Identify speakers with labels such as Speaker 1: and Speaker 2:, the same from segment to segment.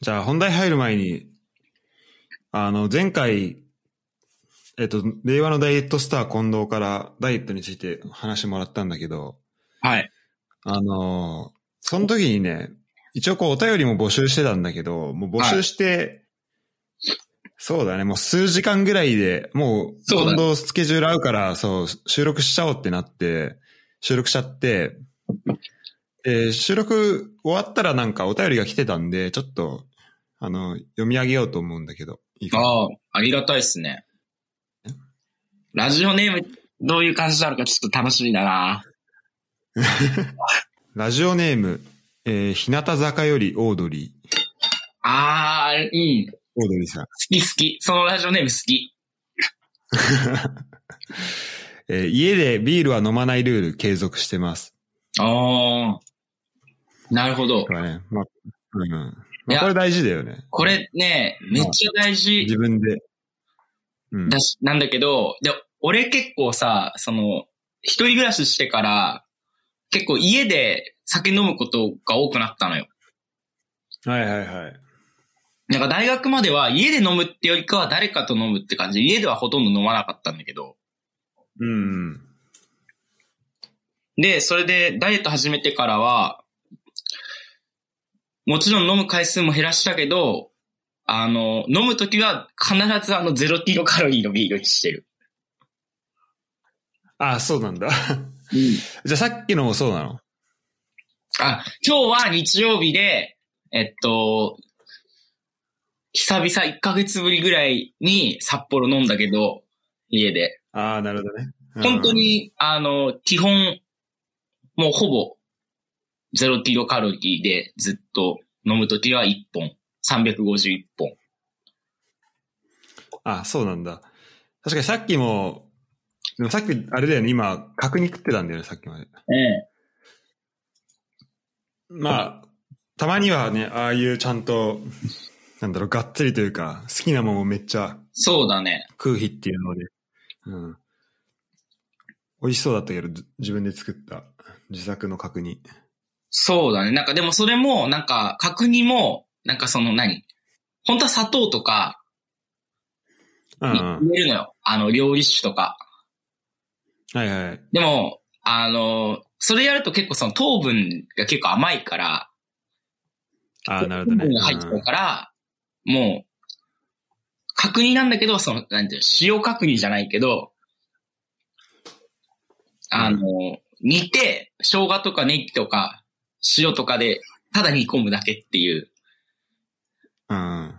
Speaker 1: じゃあ本題入る前に、あの、前回、えっと、令和のダイエットスター近藤からダイエットについて話もらったんだけど、
Speaker 2: はい。
Speaker 1: あのーその時にね、一応こうお便りも募集してたんだけど、もう募集して、そうだね、もう数時間ぐらいで、もう
Speaker 2: そうだ
Speaker 1: 近
Speaker 2: ね
Speaker 1: 藤スケジュール合うから、そう、収録しちゃおうってなって、収録しちゃって、で、収録終わったらなんかお便りが来てたんで、ちょっと、あの、読み上げようと思うんだけど、いいかな
Speaker 2: ああ、ありがたいっすね。ラジオネーム、どういう感じなのかちょっと楽しみだな。
Speaker 1: ラジオネーム、えー、日向坂よりオードリー。
Speaker 2: あー、いい。好
Speaker 1: オードリーさん。
Speaker 2: き好き。そのラジオネーム好き。
Speaker 1: えー家でビールは飲まないルール継続してます。
Speaker 2: あー。なるほど
Speaker 1: こ。れね。まあ、うんうん。
Speaker 2: い
Speaker 1: まあ、
Speaker 2: や
Speaker 1: これ大事だよね。
Speaker 2: これね、めっちゃ大事
Speaker 1: 自分で。うん。
Speaker 2: だし、なんだけど、で、俺結構さ、その、一人暮らししてから、結構家で酒飲むことが多くなったのよ。
Speaker 1: はいはいはい。
Speaker 2: なんか大学までは家で飲むってよりかは誰かと飲むって感じで、家ではほとんど飲まなかったんだけど、
Speaker 1: うん。
Speaker 2: で、それでダイエット始めてからは、もちろん飲む回数も減らしたけど、あの、飲むときは必ずあのゼロキロカロリーのビールにしてる。
Speaker 1: ああ、そうなんだ。 じゃあさっきのもそうなの
Speaker 2: あ、今日は日曜日で、えっと、久々1ヶ月ぶりぐらいに札幌飲んだけど、家で。
Speaker 1: ああ、なるほどね。うん
Speaker 2: 本当。に、あの、基本、もうほぼ、ゼロキロカロリーでずっと飲むときは1本。351本。
Speaker 1: ああ、そうなんだ。確かにさっきも、でもさっき、あれだよね、今、角肉食ってたんだよね、さっきまで。
Speaker 2: え
Speaker 1: まあ、たまにはね、ああいうちゃんと、なんだろう、がっつりというか、好きなもんをめっちゃ
Speaker 2: そうだね。
Speaker 1: 食う日っていうので、うん。美味しそうだったけど、じ自分で作った自作の角煮。
Speaker 2: そうだね。なんかでもそれも、なんか、角煮も、なんかその何本当は砂糖とか、
Speaker 1: うん、う
Speaker 2: 入
Speaker 1: ん。
Speaker 2: れるのよ。あの、料理酒とか。
Speaker 1: はいはい。
Speaker 2: でも、あの、それやると結構その糖分が結構甘いから、
Speaker 1: ああ、なるほど
Speaker 2: 糖
Speaker 1: ね。
Speaker 2: 分が入っちゃうから、もう、角煮なんだけど、その、なんていうの、塩角煮じゃないけど、あの、煮て、生姜とかネギとか、塩とかで、ただ煮込むだけっていう、
Speaker 1: うんうん。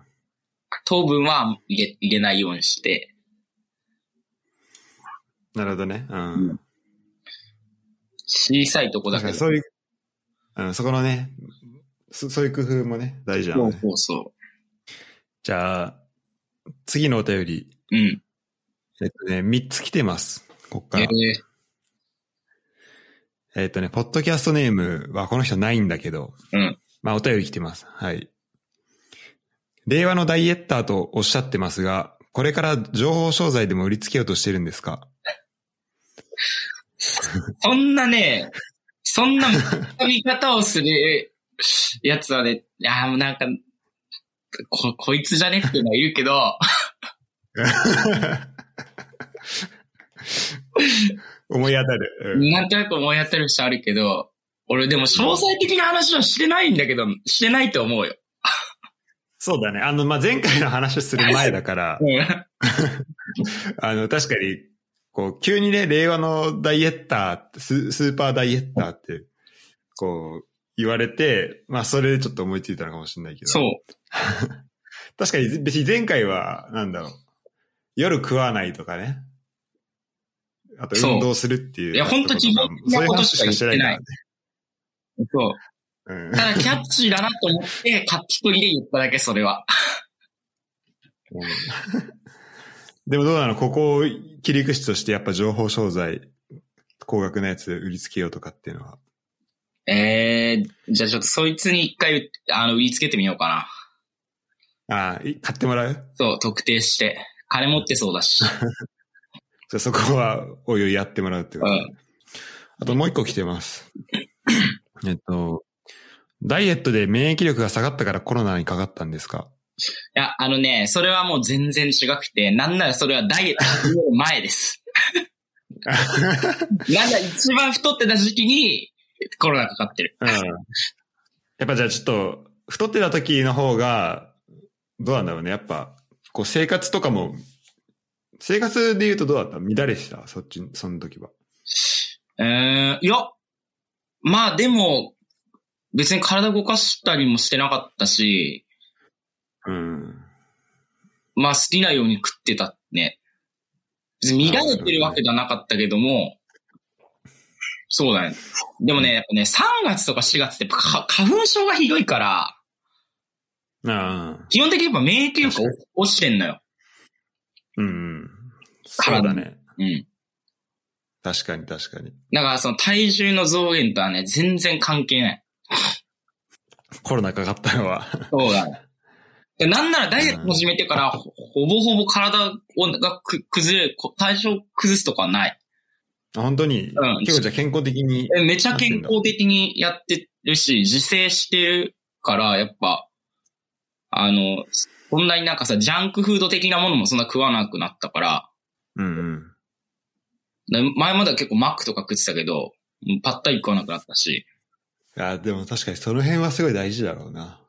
Speaker 2: 糖分は入れ入れないようにして、
Speaker 1: なるほどね。う
Speaker 2: うん
Speaker 1: ん。
Speaker 2: 小さいとこだ
Speaker 1: 確
Speaker 2: け
Speaker 1: か
Speaker 2: ど
Speaker 1: に。そういう、うん、そこのね、そそういう工夫もね、大事な
Speaker 2: そ
Speaker 1: の
Speaker 2: う
Speaker 1: ね。
Speaker 2: そうそ
Speaker 1: じゃあ、次のお便り、
Speaker 2: う。うん。
Speaker 1: えっとね、3つ来てます。こっか
Speaker 2: え
Speaker 1: ら。
Speaker 2: ー
Speaker 1: えっとね、ポッドキャストネームはこの人ないんだけど、
Speaker 2: うん
Speaker 1: まあお便り来てます。はい。令和のダイエッターとおっしゃってますが、これから情報商材でも売りつけようとしてるんですか
Speaker 2: そんなね、そんな見方をするやつはね、あーもうなんか、こ、こいつじゃねっていうのはいるけど、
Speaker 1: 思い当たる。
Speaker 2: なんとなく思い当たる人あるけど、俺でも詳細的な話はしてないんだけど、してないと思うよ。
Speaker 1: そうだね。あの、まあ、前回の話する前だから、あの、確かに、こう、急にね、令和のダイエッターって、ススーパーダイエッターって、こう、言われて、まあ、それでちょっと思いついたのかもしれないけど。
Speaker 2: そう。
Speaker 1: 確かに、別に前回は、なんだろう。夜食わないとかね。あと、
Speaker 2: そう
Speaker 1: 運動するっていう。
Speaker 2: いやほんと基本的
Speaker 1: そう
Speaker 2: な
Speaker 1: いう
Speaker 2: こと
Speaker 1: 話し
Speaker 2: しか
Speaker 1: か
Speaker 2: 言
Speaker 1: し
Speaker 2: っ
Speaker 1: てないか
Speaker 2: てな
Speaker 1: ら
Speaker 2: い
Speaker 1: ね。
Speaker 2: そう。
Speaker 1: うん
Speaker 2: ただキャッチーだなと思って、カッチ取りで言っただけ、それは。
Speaker 1: でもどうなのここを切り口として、やっぱ情報商材、高額なやつ売りつけようとかっていうのは。
Speaker 2: えー、じゃあちょっとそいつに一回、あの、売りつけてみようかな。
Speaker 1: ああ、い買ってもらう
Speaker 2: そう、特定して。金持ってそうだし。
Speaker 1: じゃあそこは、おいおいやってもらうってこと、
Speaker 2: うん
Speaker 1: あともう一個来てます。えっと、ダイエットで免疫力が下がったからコロナにかかったんですか
Speaker 2: いや、あのね、それはもう全然違くて、なんならそれはダイエット始める前です。なんだ、一番太ってた時期にコロナかかってる。
Speaker 1: うん。やっぱじゃあちょっと、太ってた時の方が、どうなんだろうね。やっぱ、こう生活とかも、生活で言うとどうだった乱れしたそっち、その時は。
Speaker 2: うーん、いや、まあでも、別に体動かしたりもしてなかったし、
Speaker 1: うん。
Speaker 2: まあ好きなように食ってたね。別に乱れてるわけじゃなかったけども、そうだね。でもね、やっぱね、3月とか4月ってやっぱか花粉症がひどいから、
Speaker 1: ああ。
Speaker 2: 基本的にやっぱ免疫力が落ちてんのよ。
Speaker 1: うん。そうだね。
Speaker 2: うん。
Speaker 1: 確かに確かに。
Speaker 2: だからその体重の増減とはね、全然関係ない。
Speaker 1: コロナかかったのは。
Speaker 2: そうだね。でなんならダイエット始めてから、ほほぼほぼ体をがく崩れ、こ体調崩すとかはない。
Speaker 1: あ本当に、
Speaker 2: うん
Speaker 1: 結構じゃあ健康的に。
Speaker 2: えめちゃ健康的にやってるし、自制してるから、やっぱ、あの、こんなになんかさ、ジャンクフード的なものもそんな食わなくなったから、
Speaker 1: うんうん。
Speaker 2: で前までは結構マックとか食ってたけど、もうパッタリ食わなくなったし。
Speaker 1: あでも確かにその辺はすごい大事だろうな。
Speaker 2: っ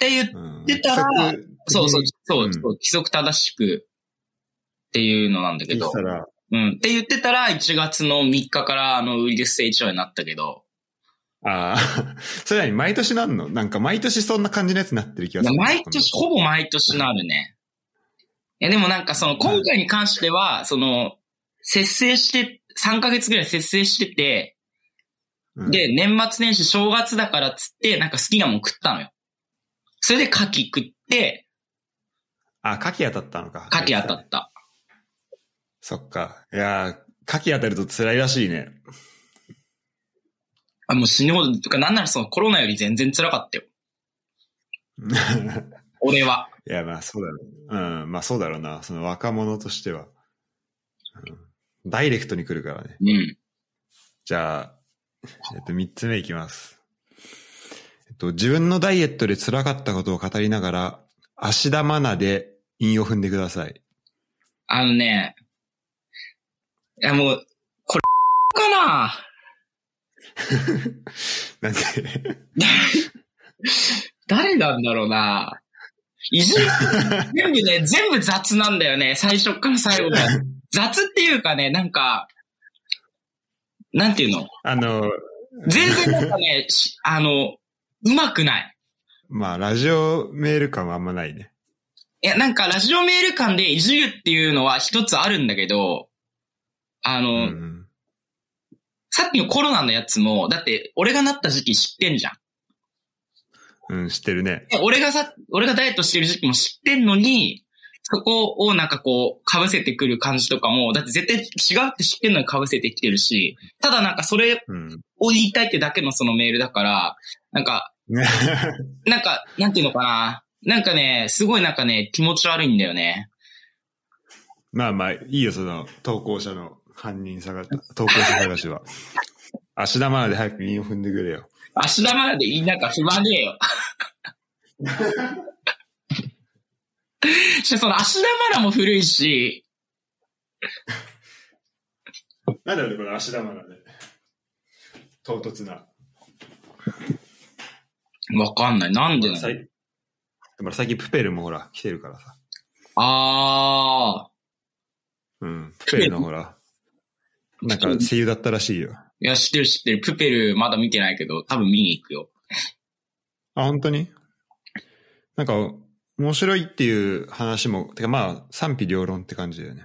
Speaker 2: ていう
Speaker 1: うん。
Speaker 2: 出たら
Speaker 1: 規則的に
Speaker 2: そうそう、そう、
Speaker 1: うん
Speaker 2: そう規則正しくっていうのなんだけ
Speaker 1: で
Speaker 2: ど
Speaker 1: き。たら、
Speaker 2: うん。って言ってたら、1月の3日から、あの、ウイルス性胃腸炎になったけど、
Speaker 1: ああ、 それなに毎年なんのなんか毎年そんな感じのやつになってる気がする。
Speaker 2: 毎年、ほぼ毎年なるね。いや、でもなんかその、今回に関しては、その、節制して、3ヶ月ぐらい節制してて、
Speaker 1: うん、
Speaker 2: で、年末年始正月だからっつって、なんか好きなもん食ったのよ。それで牡蠣食って、
Speaker 1: あ、牡蠣当たったのか。
Speaker 2: 牡蠣当たった。
Speaker 1: そっか。いやー、牡蠣当たると辛いらしいね。
Speaker 2: あ、もう死ぬほど、とか、なんならそのコロナより全然辛かったよ。俺は。
Speaker 1: いや、まあそうだろう。うん、まあそうだろうな。その若者としては。うんダイレクトに来るからね。
Speaker 2: うん。
Speaker 1: じゃあ、えっと、三つ目いきます。えっと、自分のダイエットで辛かったことを語りながら、足田愛菜で韻を踏んでください。
Speaker 2: あのね、いやもう、これ、かな
Speaker 1: な んで、
Speaker 2: 誰なんだろうな。いじ、全部 ね、全部雑なんだよね。最初から最後まで。雑っていうかね、なんか、なんていうの
Speaker 1: あの、
Speaker 2: 全然なんかね、しあの、うまくない。
Speaker 1: まあ、ラジオメール感はあんまないね。
Speaker 2: いや、なんかラジオメール間でいじるっていうのは一つあるんだけど、あ
Speaker 1: う
Speaker 2: の、
Speaker 1: ん。
Speaker 2: さっきのコロナのやつも、だって俺がなった時期知ってんじゃん。
Speaker 1: うん、知ってるね。
Speaker 2: で俺がさ、俺がダイエットしてる時期も知ってんのに、そこをなんかこう、被せてくる感じとかも、だって絶対違うって知ってんのに被せてきてるし、ただなんかそれ
Speaker 1: うん。
Speaker 2: を言いたいってだけのそのメールだから、なんか、なんか、なんていうのかな。なんかね、すごいなんかね、気持ち悪いんだよね。
Speaker 1: まあまあ、いいよ、その、投稿者の犯人探し、投稿者探しは。 足田愛菜で早く韻を踏んでくれよ。
Speaker 2: 足玉なんでいいなんか不満ねえよ。その足玉も古いし、
Speaker 1: なんだろうね、この足田愛菜で。唐突な。
Speaker 2: わかんない。なんでなの
Speaker 1: 最でも最近プペルもほら、来てるからさ。
Speaker 2: あ
Speaker 1: う
Speaker 2: ー。
Speaker 1: ん。プペルのほら、なんか声優だったらしいよ。
Speaker 2: いや、知ってる知ってる。プペルまだ見てないけど、多分見に行くよ。
Speaker 1: あ、本当になんか、面白いっていう話も、てかまあ、賛否両論って感じだよね。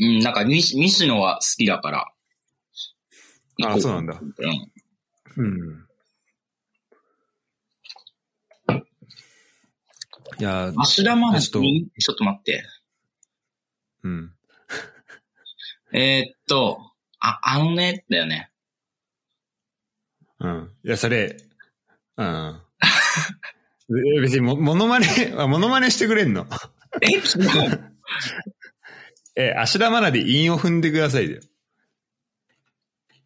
Speaker 2: うん、なんか西、西野は好きだから。
Speaker 1: あ、そうなんだ。
Speaker 2: うん。
Speaker 1: うん。いやー、
Speaker 2: 芦田愛菜
Speaker 1: ち
Speaker 2: ち
Speaker 1: ょっと
Speaker 2: ょっと待って。
Speaker 1: うん。
Speaker 2: えー、っと、あ、あのね、だよね。
Speaker 1: うん。いや、それ、うん。え 別にも、モノマネ、あモノマネしてくれんの。
Speaker 2: え、違う
Speaker 1: え、芦田愛菜で韻を踏んでくださいよ。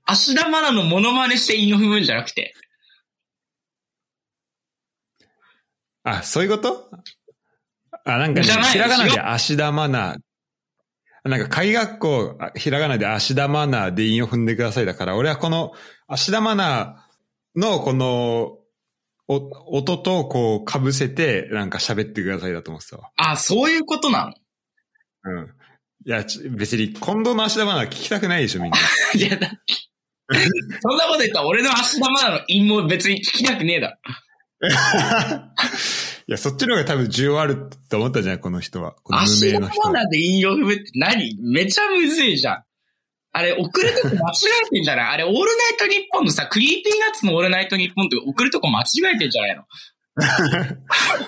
Speaker 2: 芦田愛菜のモノマネして韻を踏むんじゃなくて。
Speaker 1: あ、そういうことあ、なんか、ね、
Speaker 2: じゃない
Speaker 1: ひらがなで足田マナー。なんか、海学校、あひらがなで足田マナーで韻を踏んでくださいだから、俺はこの足田マナーのこの、お、音とこう被せて、なんか喋ってくださいだと思ってたわ。
Speaker 2: あ、そういうことなの
Speaker 1: うん。いや、ち別に、近藤の足田マナー聞きたくないでし ょ、みんな。
Speaker 2: いや、だそんなこと言ったら俺の足玉なの陰謀別に聞きたくねえだろ。
Speaker 1: いや、そっちの方が多分需要あるって思ったんじゃないこの人は。この無
Speaker 2: 足
Speaker 1: 名
Speaker 2: 玉
Speaker 1: の人は。
Speaker 2: なんで引用踏むって何めちゃむずいじゃん。あれ、送るとこ間違えてんじゃないあれ、オールナイトニッポンのさ、クリーピーナッツのオールナイトニッポンって送るとこ間違えてんじゃないの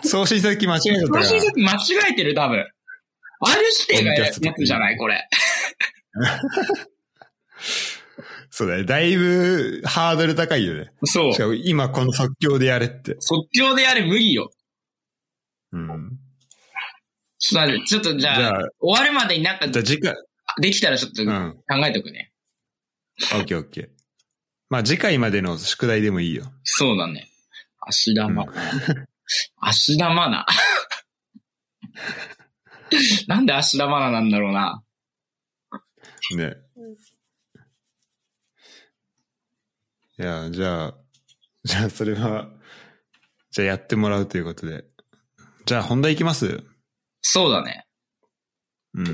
Speaker 1: 送信先間違えちゃったか
Speaker 2: 詳
Speaker 1: ら。
Speaker 2: しい時間違えてる、多分。ある指定がやつじゃないこれ。
Speaker 1: そうだね。だいぶハードル高いよね。
Speaker 2: そう
Speaker 1: し。かも今この即興でやれって。
Speaker 2: 即興でやれ無理よ。
Speaker 1: うん。
Speaker 2: ちょっと待ってちょっとじ
Speaker 1: じゃ
Speaker 2: ゃあ
Speaker 1: あ、
Speaker 2: 終わるまでになんか
Speaker 1: じゃあ次回、
Speaker 2: できたらちょっと
Speaker 1: う
Speaker 2: 考
Speaker 1: ん。
Speaker 2: えておくね。
Speaker 1: オッケーオッケー。まあ次回までの宿題でもいいよ。
Speaker 2: そうだね。足玉
Speaker 1: う。
Speaker 2: 足玉な。なんで足玉ななんだろうな。
Speaker 1: ね。いや、じゃあ、じゃあそれは、じゃあやってもらうということで。じゃあ本題いきます
Speaker 2: そうだね。
Speaker 1: うん。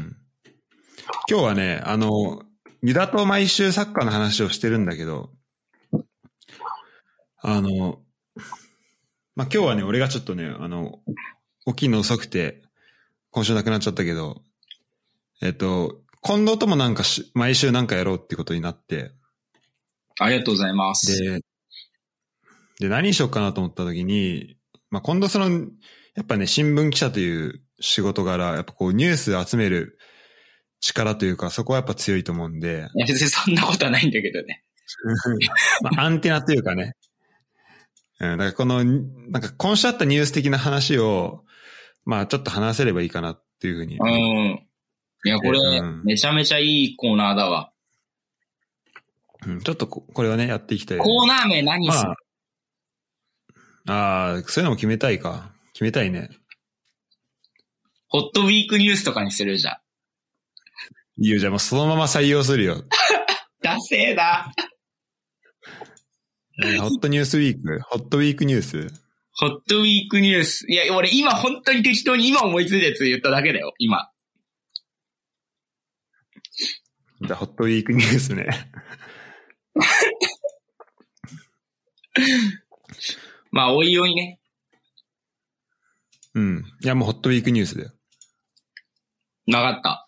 Speaker 1: 今日はね、あの、ユダと毎週サッカーの話をしてるんだけど、あの、まあ、今日はね、俺がちょっとね、あの、起きるの遅くて、今週なくなっちゃったけど、えっと、近藤ともなんかし、毎週なんかやろうってことになって、
Speaker 2: ありがとうございます。
Speaker 1: で、で、何にしようかなと思った時に、まあ、今度その、やっぱね、新聞記者という仕事柄、やっぱこうニュース集める力というか、そこはやっぱ強いと思うんで、
Speaker 2: いや、別にそんなことはないんだけどね。
Speaker 1: まあ、アンテナというかね。うん、だからこの、なんか今週あったニュース的な話を、まあちょっと話せればいいかなっていうふうに。
Speaker 2: うん。いや、これ
Speaker 1: うん、
Speaker 2: めちゃめちゃいいコーナーだわ。
Speaker 1: うんちょっとここれをね、やっていきたい。
Speaker 2: コーナー名何にする
Speaker 1: まあ、ああ、そういうのも決めたいか。決めたいね。
Speaker 2: ホットウィークニュースとかにするじゃん。
Speaker 1: いいよ、じゃあもうそのまま採用するよ。
Speaker 2: ダセーな。
Speaker 1: ねホットニュースウィーク、ホットウィークニュース。
Speaker 2: ホットウィークニュース。いや、俺今本当に適当に今思いついたやつ言っただけだよ、今。
Speaker 1: じゃあ、ホットウィークニュースね。
Speaker 2: まあ、おいおいね。
Speaker 1: うん。いや、もうホットウィークニュースだよ。
Speaker 2: なかった。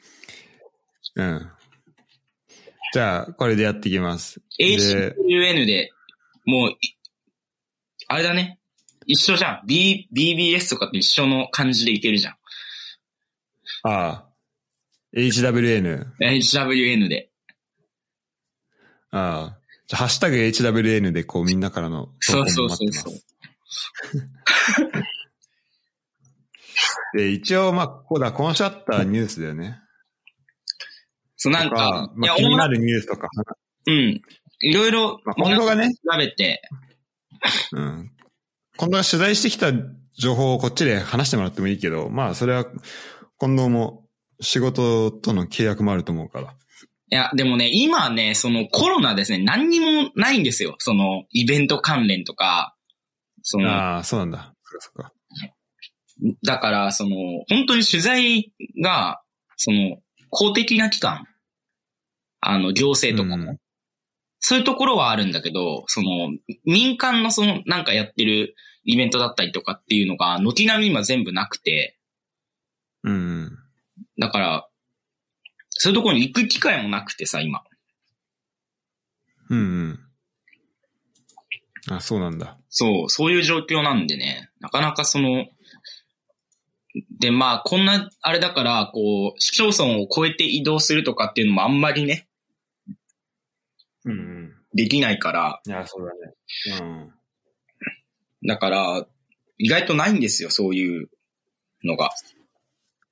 Speaker 1: うん。じゃあ、これでやっていきます。で
Speaker 2: ACUN で、もうい、あれだね。一緒じゃん。B、BBS とかと一緒の感じでいけるじゃん。
Speaker 1: ああ。HWN。
Speaker 2: HWN で。
Speaker 1: ああ。じゃあ、ハッシュタグ HWN で、こう、みんなからの投稿
Speaker 2: そ
Speaker 1: も
Speaker 2: うそう
Speaker 1: 待
Speaker 2: そ
Speaker 1: っ
Speaker 2: う
Speaker 1: てます
Speaker 2: そう。
Speaker 1: で、一応、まあ、ここだ、今週あったニュースだよね。
Speaker 2: そう、なん
Speaker 1: と
Speaker 2: か、い
Speaker 1: ま
Speaker 2: や、
Speaker 1: あ、気にな
Speaker 2: 俺
Speaker 1: るニュースとか。
Speaker 2: うん。いろいろ、
Speaker 1: まあ、近藤がね、
Speaker 2: 調べて、
Speaker 1: うん。近藤が取材してきた情報をこっちで話してもらってもいいけど、まあそれは近藤も仕事との契約もあると思うから。
Speaker 2: いや、でもね、今ね、そのコロナですね、何にもないんですよ。その、イベント関連とか、その、
Speaker 1: ああ、そうなんだ。そっかそっか。
Speaker 2: だから、その、本当に取材が、その、公的な機関、あの、行政とかも、
Speaker 1: うん
Speaker 2: そういうところはあるんだけど、その、民間のその、なんかやってるイベントだったりとかっていうのが、軒並み今全部なくて、
Speaker 1: うんうん。
Speaker 2: だから、そういうところに行く機会もなくてさ、今。
Speaker 1: うんうん。あ、そうなんだ。
Speaker 2: そう、そういう状況なんでね、なかなかその、で、まあ、こんな、あれだから、こう、市町村を超えて移動するとかっていうのもあんまりね、
Speaker 1: うんうん。
Speaker 2: できないから、
Speaker 1: いや、そうだね。
Speaker 2: だから、意外とないんですよ、そういうのが。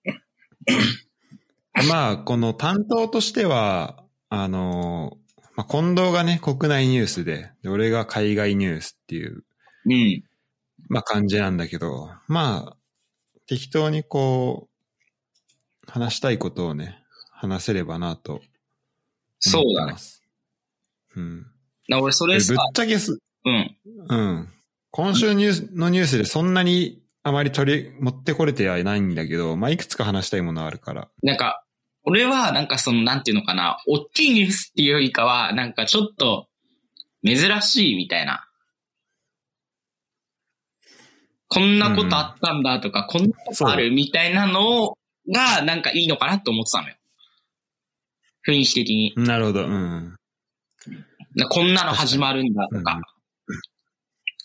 Speaker 1: うん。まあ、この担当としては、あの、まあ、近藤がね、国内ニュースで、で俺が海外ニュースっていう
Speaker 2: うん。
Speaker 1: まあ感じなんだけど、まあ、適当にこう、話したいことをね、話せればなと。
Speaker 2: そうだね。
Speaker 1: うん。
Speaker 2: な俺そ
Speaker 1: で
Speaker 2: れ
Speaker 1: ぶっ
Speaker 2: さ、
Speaker 1: ちゃけす、
Speaker 2: うん。
Speaker 1: うん。今週ニュースのニュースでそんなにあまり取り、持ってこれてはいないんだけど、まあいくつか話したいものはあるから。
Speaker 2: なんか、俺はなんかその、なんていうのかな、大きいニュースっていうよりかは、なんかちょっと、珍しいみたいな。こんなことあったんだとか、こんなことあるみたいなのが、なんかいいのかなと思ってたのよ。雰囲気的に。
Speaker 1: なるほど、うん。
Speaker 2: なこんなの始まるんだとか。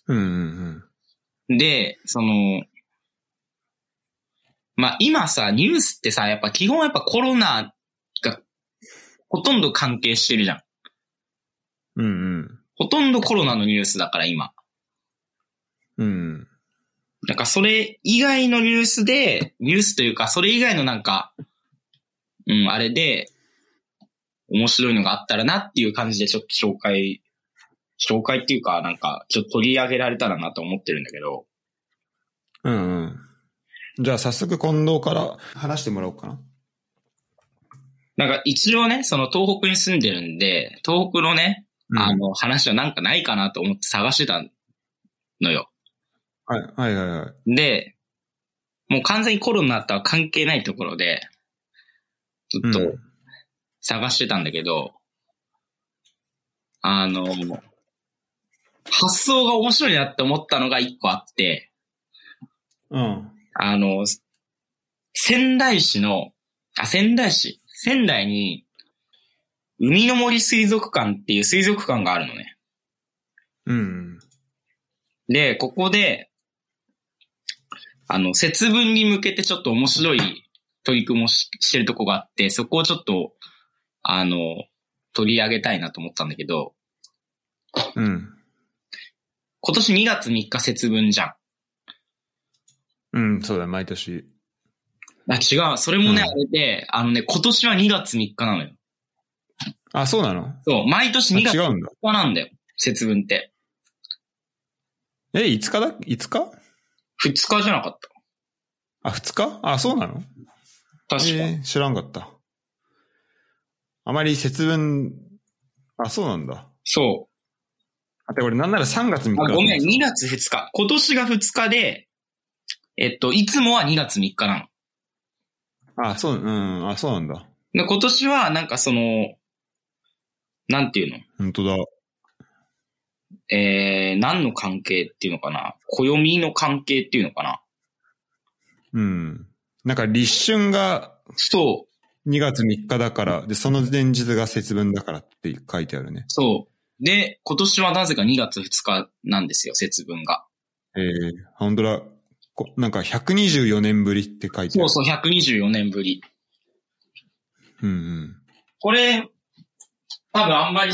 Speaker 1: うんうん
Speaker 2: で、その、まあ、今さ、ニュースってさ、やっぱ基本やっぱコロナがほとんど関係してるじゃん。
Speaker 1: うん。うん
Speaker 2: ほとんどコロナのニュースだから今。
Speaker 1: うん。うん。
Speaker 2: なんかそれ以外のニュースで、ニュースというか、それ以外のなんか、うん、あれで、面白いのがあったらなっていう感じでちょっと紹介、紹介っていうか、なんか、ちょっと取り上げられたらなと思ってるんだけど、
Speaker 1: うんうん。じゃあ早速近藤から話してもらおうかな。
Speaker 2: なんか一応ね、その東北に住んでるんで、東北のね、
Speaker 1: うん
Speaker 2: あの話はなんかないかなと思って探してたのよ。
Speaker 1: はい、はいはいはい。
Speaker 2: で、もう完全にコロナとは関係ないところで、ずっ
Speaker 1: う
Speaker 2: と
Speaker 1: ん
Speaker 2: 探してたんだけど、あの、発想が面白いなって思ったのが一個あって、
Speaker 1: うん。
Speaker 2: あの、仙台市の、あ、仙台市、仙台に、海の森水族館っていう水族館があるのね。
Speaker 1: うん。
Speaker 2: で、ここで、あの、節分に向けてちょっと面白い取り組みをししてるとこがあって、そこをちょっと、あの、取り上げたいなと思ったんだけど、
Speaker 1: うん。
Speaker 2: 今年2月3日節分じゃん。
Speaker 1: うん、そうだ、毎年。
Speaker 2: あ、違う。それもね、
Speaker 1: うん
Speaker 2: あれで、あのね、今年は2月3日なのよ。
Speaker 1: あ、そうなのあ
Speaker 2: そう、毎年2月
Speaker 1: 違
Speaker 2: 3
Speaker 1: うんだ。
Speaker 2: 日なんだよ。節分って。
Speaker 1: え、5日だ ?5 日
Speaker 2: 2日じゃなかっ
Speaker 1: あ、2日あ、そうなの
Speaker 2: た。確か。
Speaker 1: えー知らんかった。あまり節分、あ、そうなんだ。
Speaker 2: そう。
Speaker 1: あ、てこれなんなら3月3日だ
Speaker 2: あ、
Speaker 1: と
Speaker 2: ご
Speaker 1: 思
Speaker 2: め
Speaker 1: って
Speaker 2: ん、
Speaker 1: た
Speaker 2: 2月2日。今年が2日で、えっと、いつもは2月3日なの。
Speaker 1: あ、そう、うん、あ、そうなんだ。
Speaker 2: で、今年は、なんかその、なんていうの
Speaker 1: 本当だ。
Speaker 2: えー、何の関係っていうのかな暦の関係っていうのかな
Speaker 1: うん。なんか立春が
Speaker 2: そう、
Speaker 1: 2月3日だから、で、その前日が節分だからって書いてあるね。
Speaker 2: そう。で、今年はなぜか2月2日なんですよ、節分が。
Speaker 1: えー、本当だ。こなんか124年ぶりって書いてあ
Speaker 2: そ
Speaker 1: る。
Speaker 2: うそう、124年ぶり。
Speaker 1: う。うん
Speaker 2: これ、多分あんまり、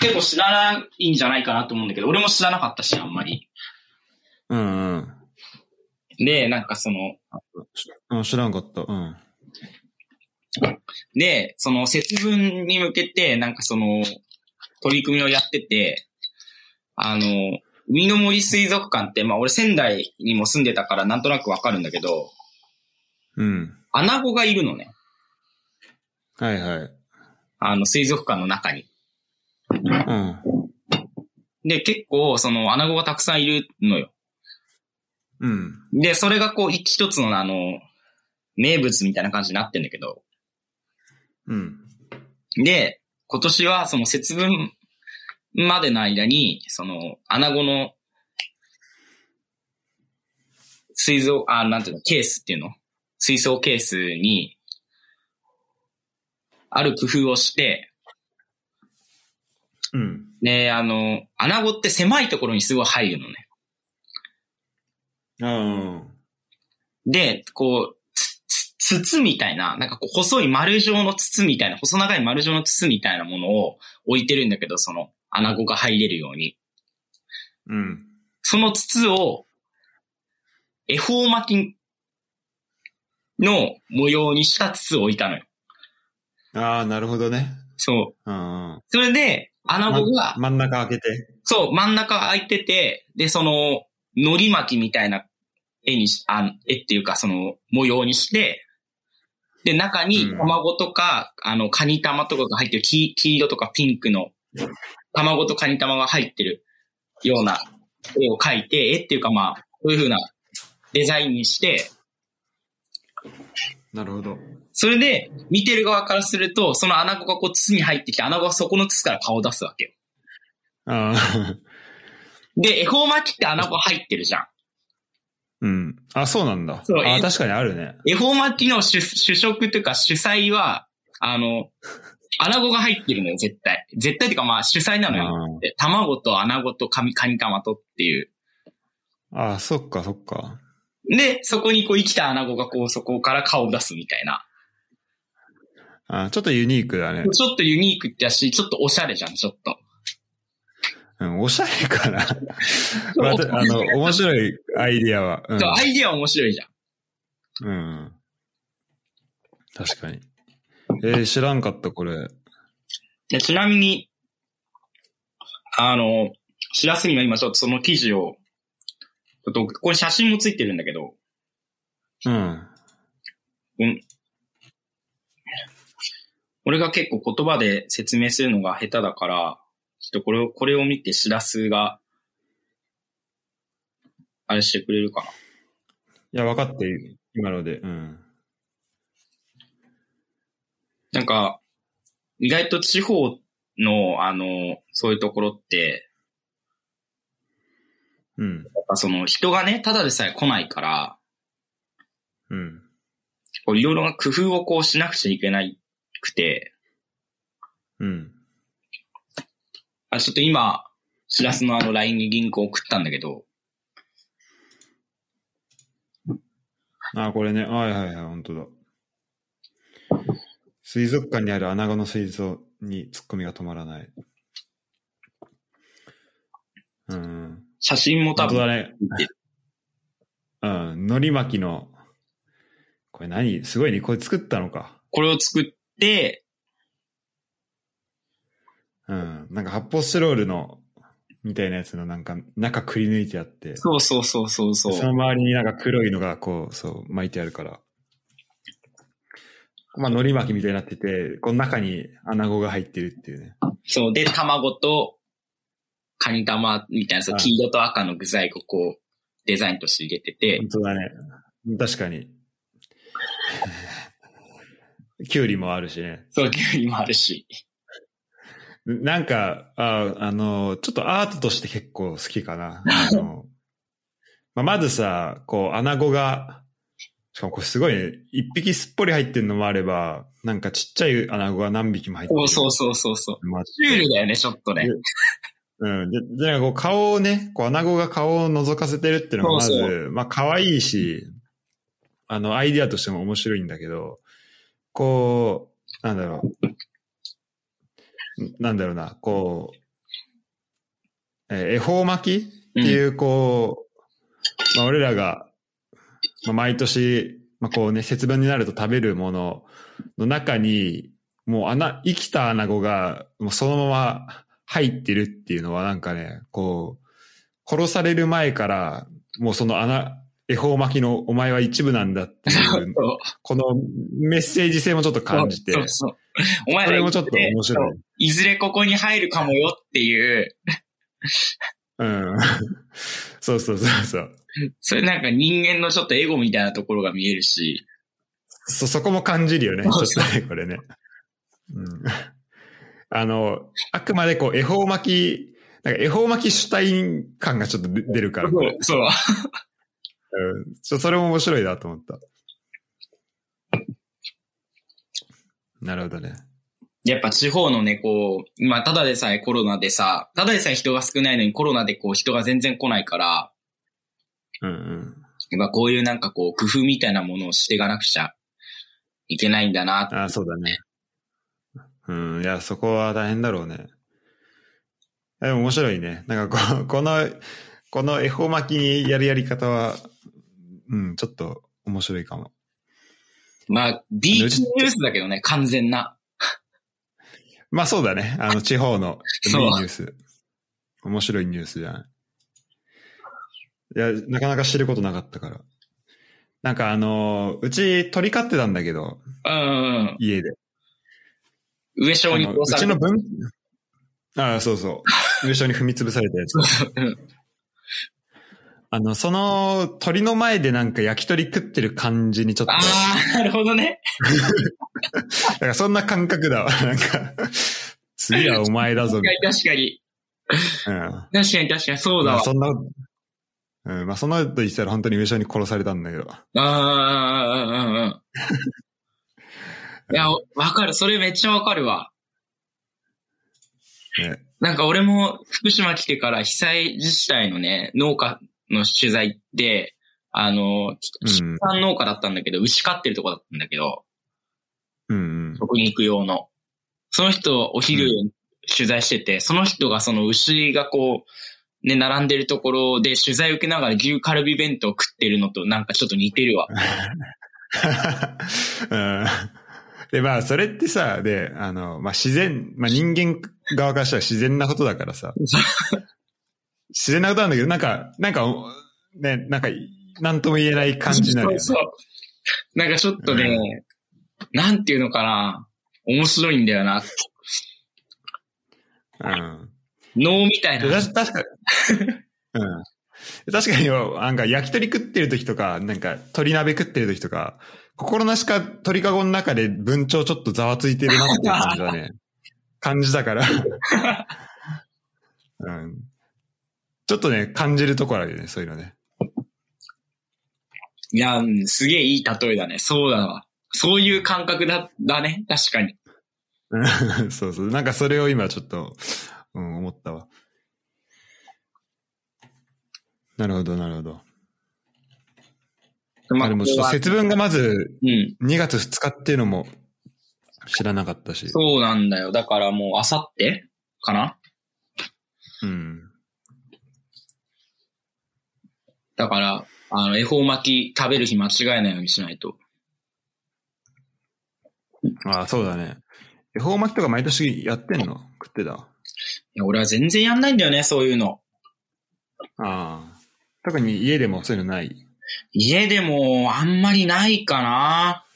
Speaker 2: 結構知らないんじゃないかなと思うんだけど、俺も知らなかったし、あんまり。
Speaker 1: うん。うんうん
Speaker 2: で、なんかその、
Speaker 1: しうん。知らんかった。うん。
Speaker 2: で、その節分に向けて、なんかその、取り組みをやってて、あの、海の森水族館って、まあ俺仙台にも住んでたからなんとなくわかるんだけど、
Speaker 1: うん。
Speaker 2: アナゴがいるのね。
Speaker 1: はいはい。
Speaker 2: あの、水族館の中に。
Speaker 1: うん。
Speaker 2: で、結構、その、アナゴがたくさんいるのよ。
Speaker 1: うん。
Speaker 2: で、それがこう、一つのあの、名物みたいな感じになってんだけど、
Speaker 1: うん。
Speaker 2: で、今年はその節分までの間に、その、アナゴの、水槽、あ、なんていうの、ケースっていうの水槽ケースに、ある工夫をして、
Speaker 1: うん。
Speaker 2: ね、あの、アナゴって狭いところにすごい入るのね。
Speaker 1: うん。
Speaker 2: で、こう、つつ筒みたいな、なんかこう細い丸状の筒みたいな、細長い丸状の筒みたいなものを置いてるんだけど、その、アナゴが入れるように。
Speaker 1: うん。
Speaker 2: その筒を、恵方巻きの模様にした筒を置いたのよ。
Speaker 1: ああ、なるほどね。
Speaker 2: そう。
Speaker 1: うんうん。
Speaker 2: それで、アナゴが、
Speaker 1: 真ん中開けて。
Speaker 2: そう、真ん中空いてて、で、その、海苔巻きみたいな絵にし、あ絵っていうか、その、模様にして、で、中に
Speaker 1: うん
Speaker 2: 卵とか、あの、カニ玉とかが入ってる、黄黄色とかピンクの、卵とカニ玉が入ってるような絵を描いて、絵っていうかまあ、こういう風なデザインにして、
Speaker 1: なるほど。
Speaker 2: それで、見てる側からすると、その穴子がこう筒に入ってきて、穴子はそこの筒から顔を出すわけよ。
Speaker 1: ああ、
Speaker 2: で、恵方巻きって穴子入ってるじゃん。
Speaker 1: うん。あ、そうなんだ。
Speaker 2: そう
Speaker 1: あ
Speaker 2: え
Speaker 1: 確かにあるね。
Speaker 2: 恵方巻きの主主食というか主菜は、あの、穴子が入ってるのよ、絶対。絶対っていうかまあ主菜なのよ。で卵と穴子とカニカニカマとっていう。
Speaker 1: ああ、そっかそっか。
Speaker 2: で、そこにこう生きた穴子がこうそこから顔を出すみたいな。
Speaker 1: あーちょっとユニークだね。
Speaker 2: ちょっとユニークってやし、ちょっとおしゃれじゃん、ちょっと。
Speaker 1: うん、おしゃれかな。またあの、面白いアイディアは。うん
Speaker 2: そうアイディア面白いじゃん。
Speaker 1: うん。確かに。えー、知らんかった、これ。
Speaker 2: でちなみに、あの、しらすには今ちょっとその記事を、ちょっと、これ写真もついてるんだけど、
Speaker 1: うん。
Speaker 2: 俺が結構言葉で説明するのが下手だから、ちょっとこれを、これを見てしらすが、あれしてくれるか
Speaker 1: いや、分かってる、今ので。うん。
Speaker 2: な。なんか、意外と地方の、あの、そういうところって、
Speaker 1: うん。
Speaker 2: やっぱその人がね、ただでさえ来ないから、
Speaker 1: うん。
Speaker 2: こういろいろな工夫をこうしなくちゃいけないくて、
Speaker 1: うん。
Speaker 2: あ、ちょっと今、しらすのあの LINE にリンクを送ったんだけど、
Speaker 1: あー、これね。はいはいはい、本当だ。水族館にあるアナゴの水槽にツッコミが止まらない。うん。
Speaker 2: 写真も多
Speaker 1: 本当
Speaker 2: 分、
Speaker 1: だね。うん。海苔巻きの、これ何すごいね。これ作ったのか。
Speaker 2: これを作って、
Speaker 1: うん。なんか発泡スチロールの、みたいなやつのなんか中くり抜いてあって、
Speaker 2: そうそうそうそうそう。
Speaker 1: その周りになんか黒いのがこう、そう、巻いてあるから。まあ、海苔巻きみたいになってて、この中に穴子が入ってるっていうね。
Speaker 2: そう。で、卵と、カニ玉みたいな、そう
Speaker 1: はい
Speaker 2: 黄色と赤の具材をこう、デザインとして入れてて、
Speaker 1: 本当だね。確かに。 きゅうりもあるしね。
Speaker 2: そう、キュウリもあるし。
Speaker 1: なんか、ああの、ちょっとアートとして結構好きかな。あ のまあ、まずさ、こう、穴子が、しかもこれすごいね、一匹すっぽり入ってるのもあれば、なんかちっちゃい穴子が何匹も入ってる。
Speaker 2: そうそうそうそうそう。
Speaker 1: まあち
Speaker 2: シュールだよね、ちょっとね。
Speaker 1: うん。で、でなんかこう顔をね、こう穴子が顔を覗かせてるっていうのがまず、
Speaker 2: そうそ
Speaker 1: まあ可愛いし、あの、アイディアとしても面白いんだけど、こう、なんだろう。んなんだろうな、こう、えー恵方巻きっていう、こう、まあ俺らが、まあ、毎年、まあこうね、節分になると食べるものの中に、もう穴、生きた穴子が、もうそのまま入ってるっていうのはなんかね、こう、殺される前から、もうその穴、恵方巻きのお前は一部なんだってい う、
Speaker 2: そう
Speaker 1: このメッセージ性もちょっと感じて、
Speaker 2: そ
Speaker 1: こ
Speaker 2: うそう。お前ら
Speaker 1: れもちょっと面白
Speaker 2: そう
Speaker 1: い。
Speaker 2: いずれここに入るかもよっていう、
Speaker 1: うん。 そうそうそうそう。
Speaker 2: それなんか人間のちょっとエゴみたいなところが見えるし、
Speaker 1: そ、そこも感じるよね。ちょ
Speaker 2: そう
Speaker 1: っ
Speaker 2: そ
Speaker 1: とね、これね。うん。 あの、あくまでこう、恵方巻き、なんか恵方巻き主体感がちょっと出出るから、これ
Speaker 2: そう。
Speaker 1: うんちょそれも面白いなと思った。なるほどね。
Speaker 2: やっぱ地方のね、こう、今ただでさえコロナでさ、ただでさえ人が少ないのにコロナでこう人が全然来ないから、
Speaker 1: うんうん。
Speaker 2: まあこういうなんかこう工夫みたいなものをしていかなくちゃいけないんだな。
Speaker 1: あそうだね。うん、いや、そこは大変だろうね。でも面白いね。なんか こ、この、この恵方巻きにやるやり方は、うん、ちょっと面白いかも。
Speaker 2: まあ B 級ニュースだけどね、完全な。
Speaker 1: まあそうだね。あの、地方の
Speaker 2: そう
Speaker 1: いいニュース。面白いニュースじゃない。いや、なかなか知ることなかったから。なんかあのーうち鳥飼ってたんだけど、
Speaker 2: うん。
Speaker 1: 家で。
Speaker 2: 上
Speaker 1: あ
Speaker 2: 昇に
Speaker 1: の
Speaker 2: 殺
Speaker 1: う
Speaker 2: さ
Speaker 1: ち
Speaker 2: れ
Speaker 1: の
Speaker 2: て。
Speaker 1: 分、ああ、そう そう。上昇に踏み潰されたやつ。
Speaker 2: うん
Speaker 1: あの、その鳥の前でなんか焼き鳥食ってる感じにちょっと、
Speaker 2: ああ、なるほどね。
Speaker 1: だからそんな感覚だわ。なんか、次はお前だぞ、み
Speaker 2: 確かに。
Speaker 1: たいな。。
Speaker 2: 確かに確かに、そううん
Speaker 1: ま
Speaker 2: だ
Speaker 1: あ
Speaker 2: わ。
Speaker 1: そんな、うん、まあそんなこと言ってたら本当に上昇に殺されたんだけど。
Speaker 2: ああ、 うんうんうん。いや、
Speaker 1: う
Speaker 2: わかる。それめっちゃわかるわ。
Speaker 1: んね
Speaker 2: なんか俺も福島来てから被災自治体のね、農家の取材って、あの、畜産農家だったんだけど、牛飼ってるとこだったんだけど、
Speaker 1: うんうん。
Speaker 2: 食肉用の。その人、お昼取材してて、その人がその牛がこう、ね、並んでるところで取材受けながら牛カルビ弁当食ってるのとなんかちょっと似てるわ。
Speaker 1: うんで、まあ、それってさ、で、あの、まあ、自然、まあ、人間側からしたら自然なことだから さ。自然なことなんだけど、なんか、なんか、おね、なんか、なんとも言えない感じになるよね。
Speaker 2: そうそう。なんかちょっとね、なんていうのかな、面白いんだよな。
Speaker 1: うん。
Speaker 2: 脳みたい
Speaker 1: で
Speaker 2: な。
Speaker 1: た確かに。うん。確かによ、なんか焼き鳥食ってる時とか、なんか鶏鍋食ってる時とか、心なしか鳥かごの中で文鳥ちょっとざわついてるなっていう感じだね。感じだから。うん。ちょっとね、感じるところあるよね、そういうのね。
Speaker 2: いや、うんすげえいい例えだね。そうだわ。そういう感覚だ、だね。確かに。
Speaker 1: うんそうそう。なんかそれを今ちょっと、うん、思ったわ。なるほど、なるほど。まあでもちょっと節分がまず
Speaker 2: うん。
Speaker 1: 2月2日っていうのも知らなかったし。
Speaker 2: そうなんだよ。だからもう、あさってかな
Speaker 1: うん。
Speaker 2: だから、あの、恵方巻き食べる日間違えないようにしないと。
Speaker 1: ああ、そうだね。恵方巻きとか毎年やってんの食ってたあ
Speaker 2: いや、俺は全然やんないんだよね、そういうの。
Speaker 1: あ。特に家でもそういうのない。
Speaker 2: 家でも、あんまりないかな。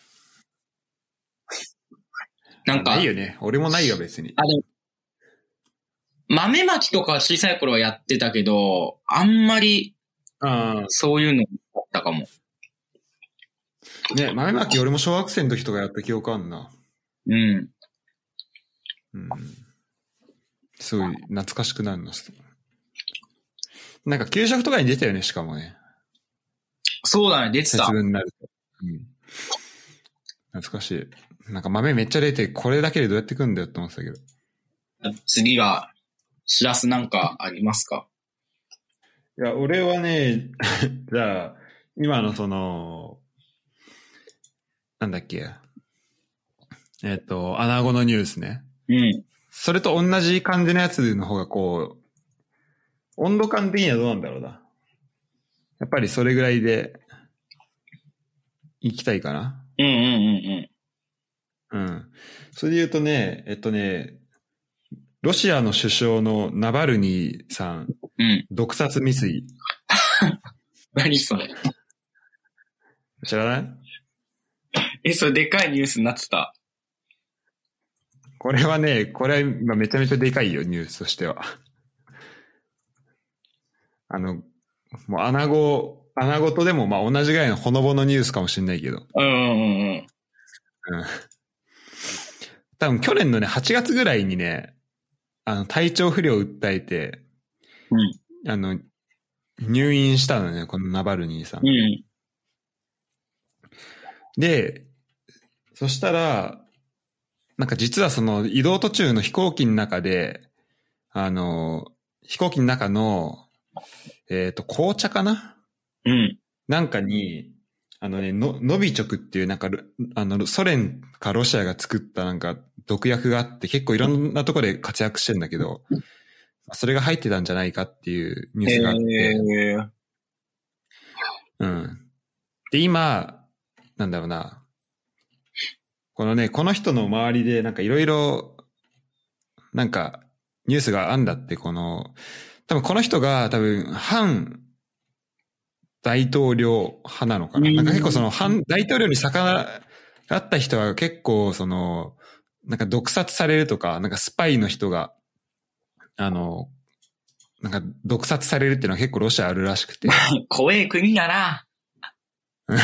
Speaker 2: なんか、
Speaker 1: ないよね。俺もないよ、別に。
Speaker 2: あ、でも、豆まきとか小さい頃はやってたけど、あんまり
Speaker 1: あ
Speaker 2: そういうのだったかも。
Speaker 1: あ。ね、豆まき俺も小学生の時とかやった記憶あんな。
Speaker 2: うん。
Speaker 1: うん。すごい懐かしくなるの。なんか給食とかに出たよね、しかもね。
Speaker 2: そうだね、出て
Speaker 1: 節
Speaker 2: た。
Speaker 1: 分になると。うん。懐かしい。なんか豆めっちゃ出て、これだけでどうやって食うんだよって思ってたけど。
Speaker 2: 次は、しらすなんかありますか
Speaker 1: いや、俺はね、じゃあ、今のその、なんだっけ。えっ、と、アナゴのニュースね。
Speaker 2: うん。
Speaker 1: それと同じ感じのやつの方がこう、温度感的にはどうなんだろうな。やっぱりそれぐらいで、行きたいかな。
Speaker 2: うんうんうん
Speaker 1: うん。それで言うとね、えっとね、ロシアの首相のナバルニーさん、
Speaker 2: うん。うん。
Speaker 1: 毒殺未遂。
Speaker 2: 何それ。
Speaker 1: 知らない
Speaker 2: え、それでかいニュースになってた。
Speaker 1: これはね、これは今めちゃめちゃでかいよ、ニュースとしては。あの、もうアナゴ、アナゴとでもまあ同じぐらいのほのぼのニュースかもしれないけど。
Speaker 2: うんうんうんうん。
Speaker 1: 多分去年のね、8月ぐらいにね、あの、体調不良を訴えて、あの、入院したのね、このナバルニーさん
Speaker 2: うん。。うん。
Speaker 1: で、そしたら、なんか実はその移動途中の飛行機の中で、あの、飛行機の中の、えっ、と、紅茶かな
Speaker 2: うん。
Speaker 1: なんかに、あのね、の、ノビチョクっていうなんかル、あの、ソ連かロシアが作ったなんか毒薬があって結構いろんなところで活躍してんだけど、それが入ってたんじゃないかっていうニュースがあって、
Speaker 2: えー、
Speaker 1: うん。で、今、なんだろうな。このね、この人の周りで、なんかいろいろ、なんか、ニュースがあんだって、この、多分この人が多分反大統領派なのかな。なんか結構その反大統領に逆らった人は結構その、なんか毒殺されるとか、なんかスパイの人が、あの、なんか毒殺されるっていうのは結構ロシアあるらしくて。
Speaker 2: 怖え国だな。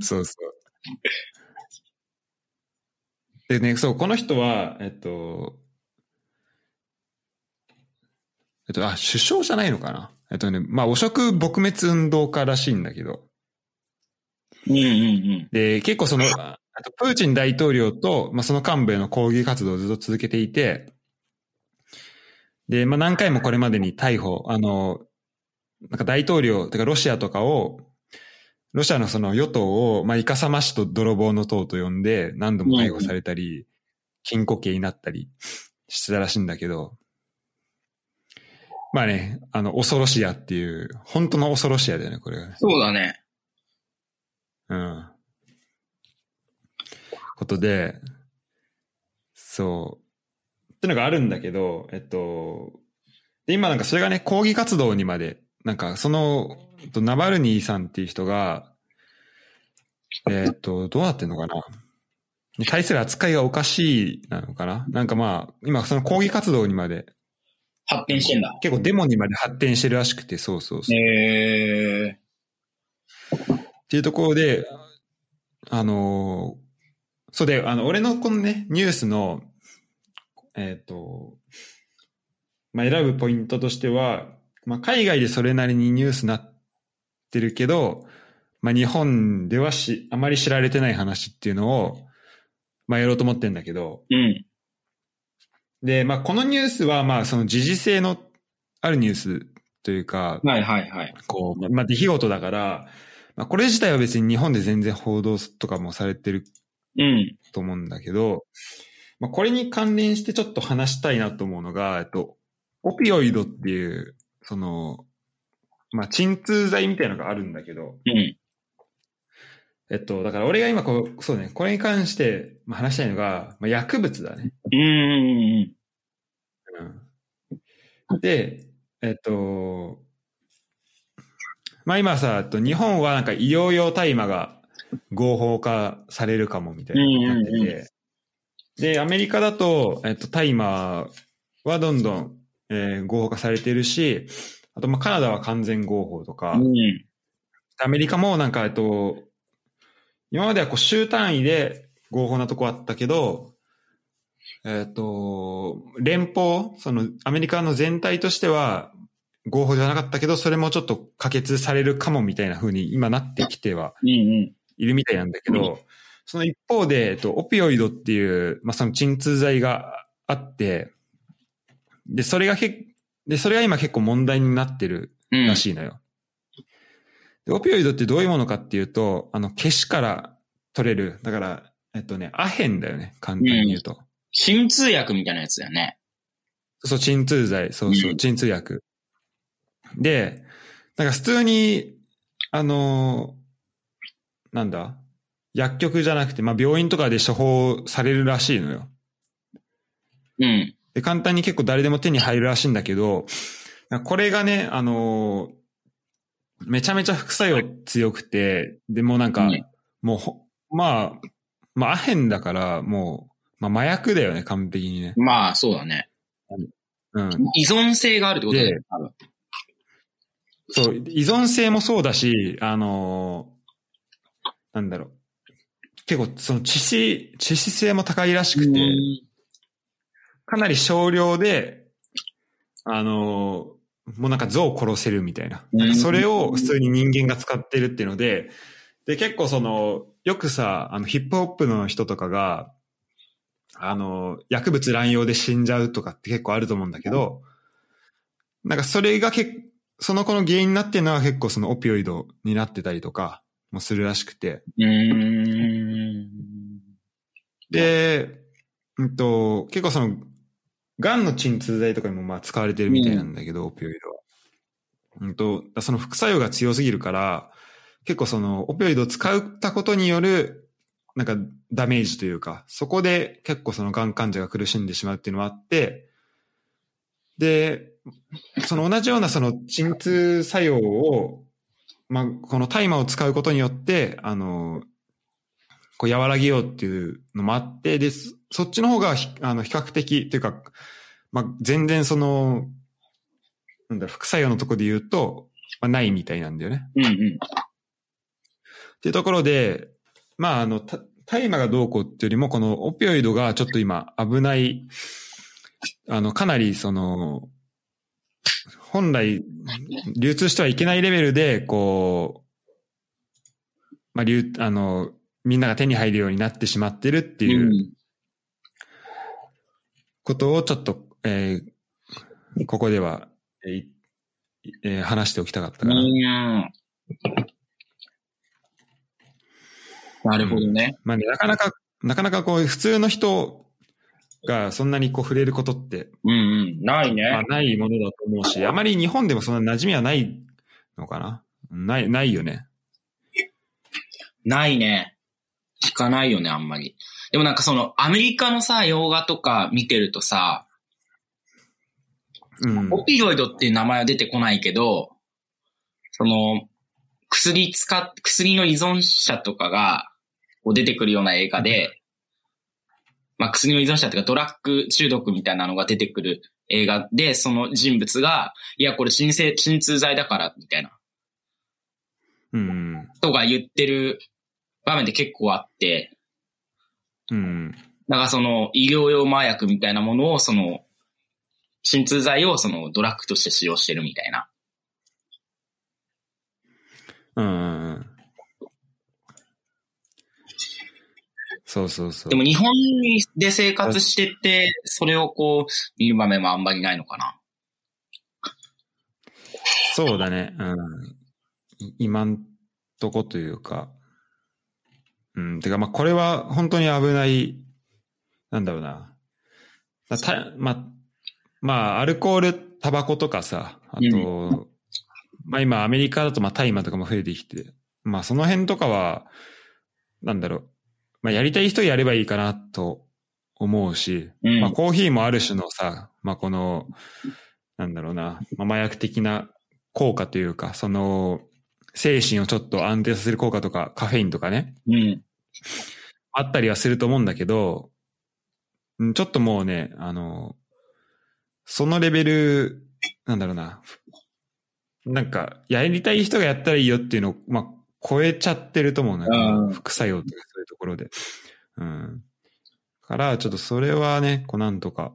Speaker 1: そうそう。でね、そう、この人は、えっと、えっと、あ、首相じゃないのかなえっとね、まあ、汚職撲滅運動家らしいんだけど。
Speaker 2: うんうんうん。
Speaker 1: で、結構その、あとプーチン大統領と、まあ、その幹部への抗議活動をずっと続けていて、で、まあ、何回もこれまでに逮捕、あの、なんか大統領、てかロシアとかを、ロシアのその与党を、まあ、イカサマ氏と泥棒の党と呼んで、何度も逮捕されたり、禁錮刑になったりしてたらしいんだけど、まあね、あの、恐ろしやっていう、本当の恐ろしやだよね、これがね。
Speaker 2: そうだね。
Speaker 1: うん。ことで、そう。ってのがあるんだけど、えっと、で今なんかそれがね、抗議活動にまで、なんかその、ナバルニーさんっていう人が、えー、っと、どうなってんのかなに対する扱いがおかしいなのかななんかまあ、今その抗議活動にまで
Speaker 2: 発展してんだ。
Speaker 1: 結構デモにまで発展してるらしくて、そうそうそう。
Speaker 2: へ、え
Speaker 1: ー、っていうところで、あのー、そうで、あの、俺のこのね、ニュースの、えっ、ー、と、まあ、選ぶポイントとしては、まあ、海外でそれなりにニュースなってるけど、まあ、日本ではし、あまり知られてない話っていうのを、まあ、やろうと思ってんだけど、
Speaker 2: うん。
Speaker 1: で、まあ、このニュースは、まあ、その時事性のあるニュースというか、
Speaker 2: はいはいはい。
Speaker 1: こう、まあ、出来事だから、まあ、これ自体は別に日本で全然報道とかもされてる
Speaker 2: うん。
Speaker 1: と思うんだけど、まあ、これに関連してちょっと話したいなと思うのが、えっと、オピオイドっていう、その、まあ、鎮痛剤みたいなのがあるんだけど、
Speaker 2: うん。
Speaker 1: えっと、だから俺が今こう、そうね、これに関して話したいのが、まあ、薬物だね。
Speaker 2: うん。
Speaker 1: うん。で、えっと、まあ今さ、と日本はなんか医療用大麻が合法化されるかもみたいななってて、うんうんうん、で、アメリカだと、えっと、大麻はどんどん、えー、合法化されてるし、あと、まあ、カナダは完全合法とか、
Speaker 2: うん、
Speaker 1: アメリカもなんか、えっと、今まではこう週単位で合法なとこあったけど、えっ、ー、と、連邦、そのアメリカの全体としては合法じゃなかったけど、それもちょっと可決されるかもみたいな風に今なってきては、いるみたいなんだけど、うんうん、その一方で、えっと、オピオイドっていう、まあ、その鎮痛剤があって、で、それがけで、それが今結構問題になってるらしいのよ。うんオピオイドってどういうものかっていうと、あの、消しから取れる。だから、えっとね、アヘンだよね。簡単に言うと。
Speaker 2: 鎮、うん、通薬みたいなやつだよね。
Speaker 1: そう、鎮痛剤。そうそう、鎮、うん、通薬。で、なんか普通に、あのー、なんだ薬局じゃなくて、まあ、病院とかで処方されるらしいのよ。
Speaker 2: うん。
Speaker 1: で、簡単に結構誰でも手に入るらしいんだけど、これがね、あのーめちゃめちゃ副作用強くて、でもなんか、もう、まあ、まあ、アヘンだから、もう、まあ、麻薬だよね、完璧にね。
Speaker 2: まあ、そうだね。
Speaker 1: うん。
Speaker 2: 依存性があるってことだよね、
Speaker 1: そう、依存性もそうだし、あのー、なんだろう。結構、その致死、致死性も高いらしくて、かなり少量で、あのーもうなんか象を殺せるみたいな。なそれを普通に人間が使ってるっていうので、で、結構その、よくさ、あの、ヒップホップの人とかが、あの、薬物乱用で死んじゃうとかって結構あると思うんだけど、なんかそれがけその子の原因になってるのは結構そのオピオイドになってたりとかもするらしくて。で、うん、と、結構その、がんの鎮痛剤とかにもまあ使われてるみたいなんだけど、うん、オピオイドは。うんと、その副作用が強すぎるから、結構そのオピオイドを使ったことによる、なんかダメージというか、そこで結構そのがん患者が苦しんでしまうっていうのはあって、で、その同じようなその鎮痛作用を、まあ、この大麻を使うことによって、あの、こう和らげようっていうのもあって、で、そそっちの方がひ、あの、比較的というか、まあ、全然その、なんだろう、副作用のところで言うと、まあ、ないみたいなんだよね。
Speaker 2: うんうん。
Speaker 1: っていうところで、まあ、あの、た大麻がどうこうっていうよりも、このオピオイドがちょっと今危ない、あの、かなりその、本来流通してはいけないレベルで、こう、まあ、流、あの、みんなが手に入るようになってしまってるっていううんことをちょっと、えーここでは、えーいえー話しておきたかったかな。
Speaker 2: うんなるほどね。
Speaker 1: まあね、なかなか、なかなかこう、普通の人がそんなにこう触れることって、
Speaker 2: うんうん。ない
Speaker 1: まあ
Speaker 2: ね。
Speaker 1: ないものだと思うし、あまり日本でもそんな馴染みはないのかなない、ないよね。
Speaker 2: ないね。聞かないよね、あんまり。でもなんかその、アメリカのさ、洋画とか見てるとさ、
Speaker 1: うん。
Speaker 2: オピロイドっていう名前は出てこないけど、その、薬使っ、薬の依存者とかが、こう出てくるような映画で、まあ薬の依存者とかドラッグ中毒みたいなのが出てくる映画で、その人物が、いや、これ鎮静、鎮痛剤だから、みたいな、
Speaker 1: うん。
Speaker 2: とか言ってる場面って結構あって、
Speaker 1: うん。
Speaker 2: なんかその医療用麻薬みたいなものを、その、鎮痛剤をそのドラッグとして使用してるみたいな。
Speaker 1: うん。そうそうそう。
Speaker 2: でも日本で生活してて、それをこう、見る場面もあんまりないのかな。
Speaker 1: そうだね。うん。い今んとこというか。うん。てか、まあ、これは本当に危ない、なんだろうな。まあたまあ、まあ、アルコール、タバコとかさ、あと、まあ今アメリカだとまあ大麻とかも増えてきて、まあその辺とかは、なんだろう。まあやりたい人やればいいかなと思うし、
Speaker 2: うん。
Speaker 1: まあ、コーヒーもある種のさ、まあ、この、なんだろうな、まあ、麻薬的な効果というか、その、精神をちょっと安定させる効果とか、カフェインとかね、
Speaker 2: うん。
Speaker 1: あったりはすると思うんだけど、うんちょっともうね、あの、そのレベル、なんだろうな、なんか、やりたい人がやったらいいよっていうのを、まあ、超えちゃってると思う
Speaker 2: うん
Speaker 1: ね。副作用とかそういうところで。うん。から、ちょっとそれはね、こうなんとか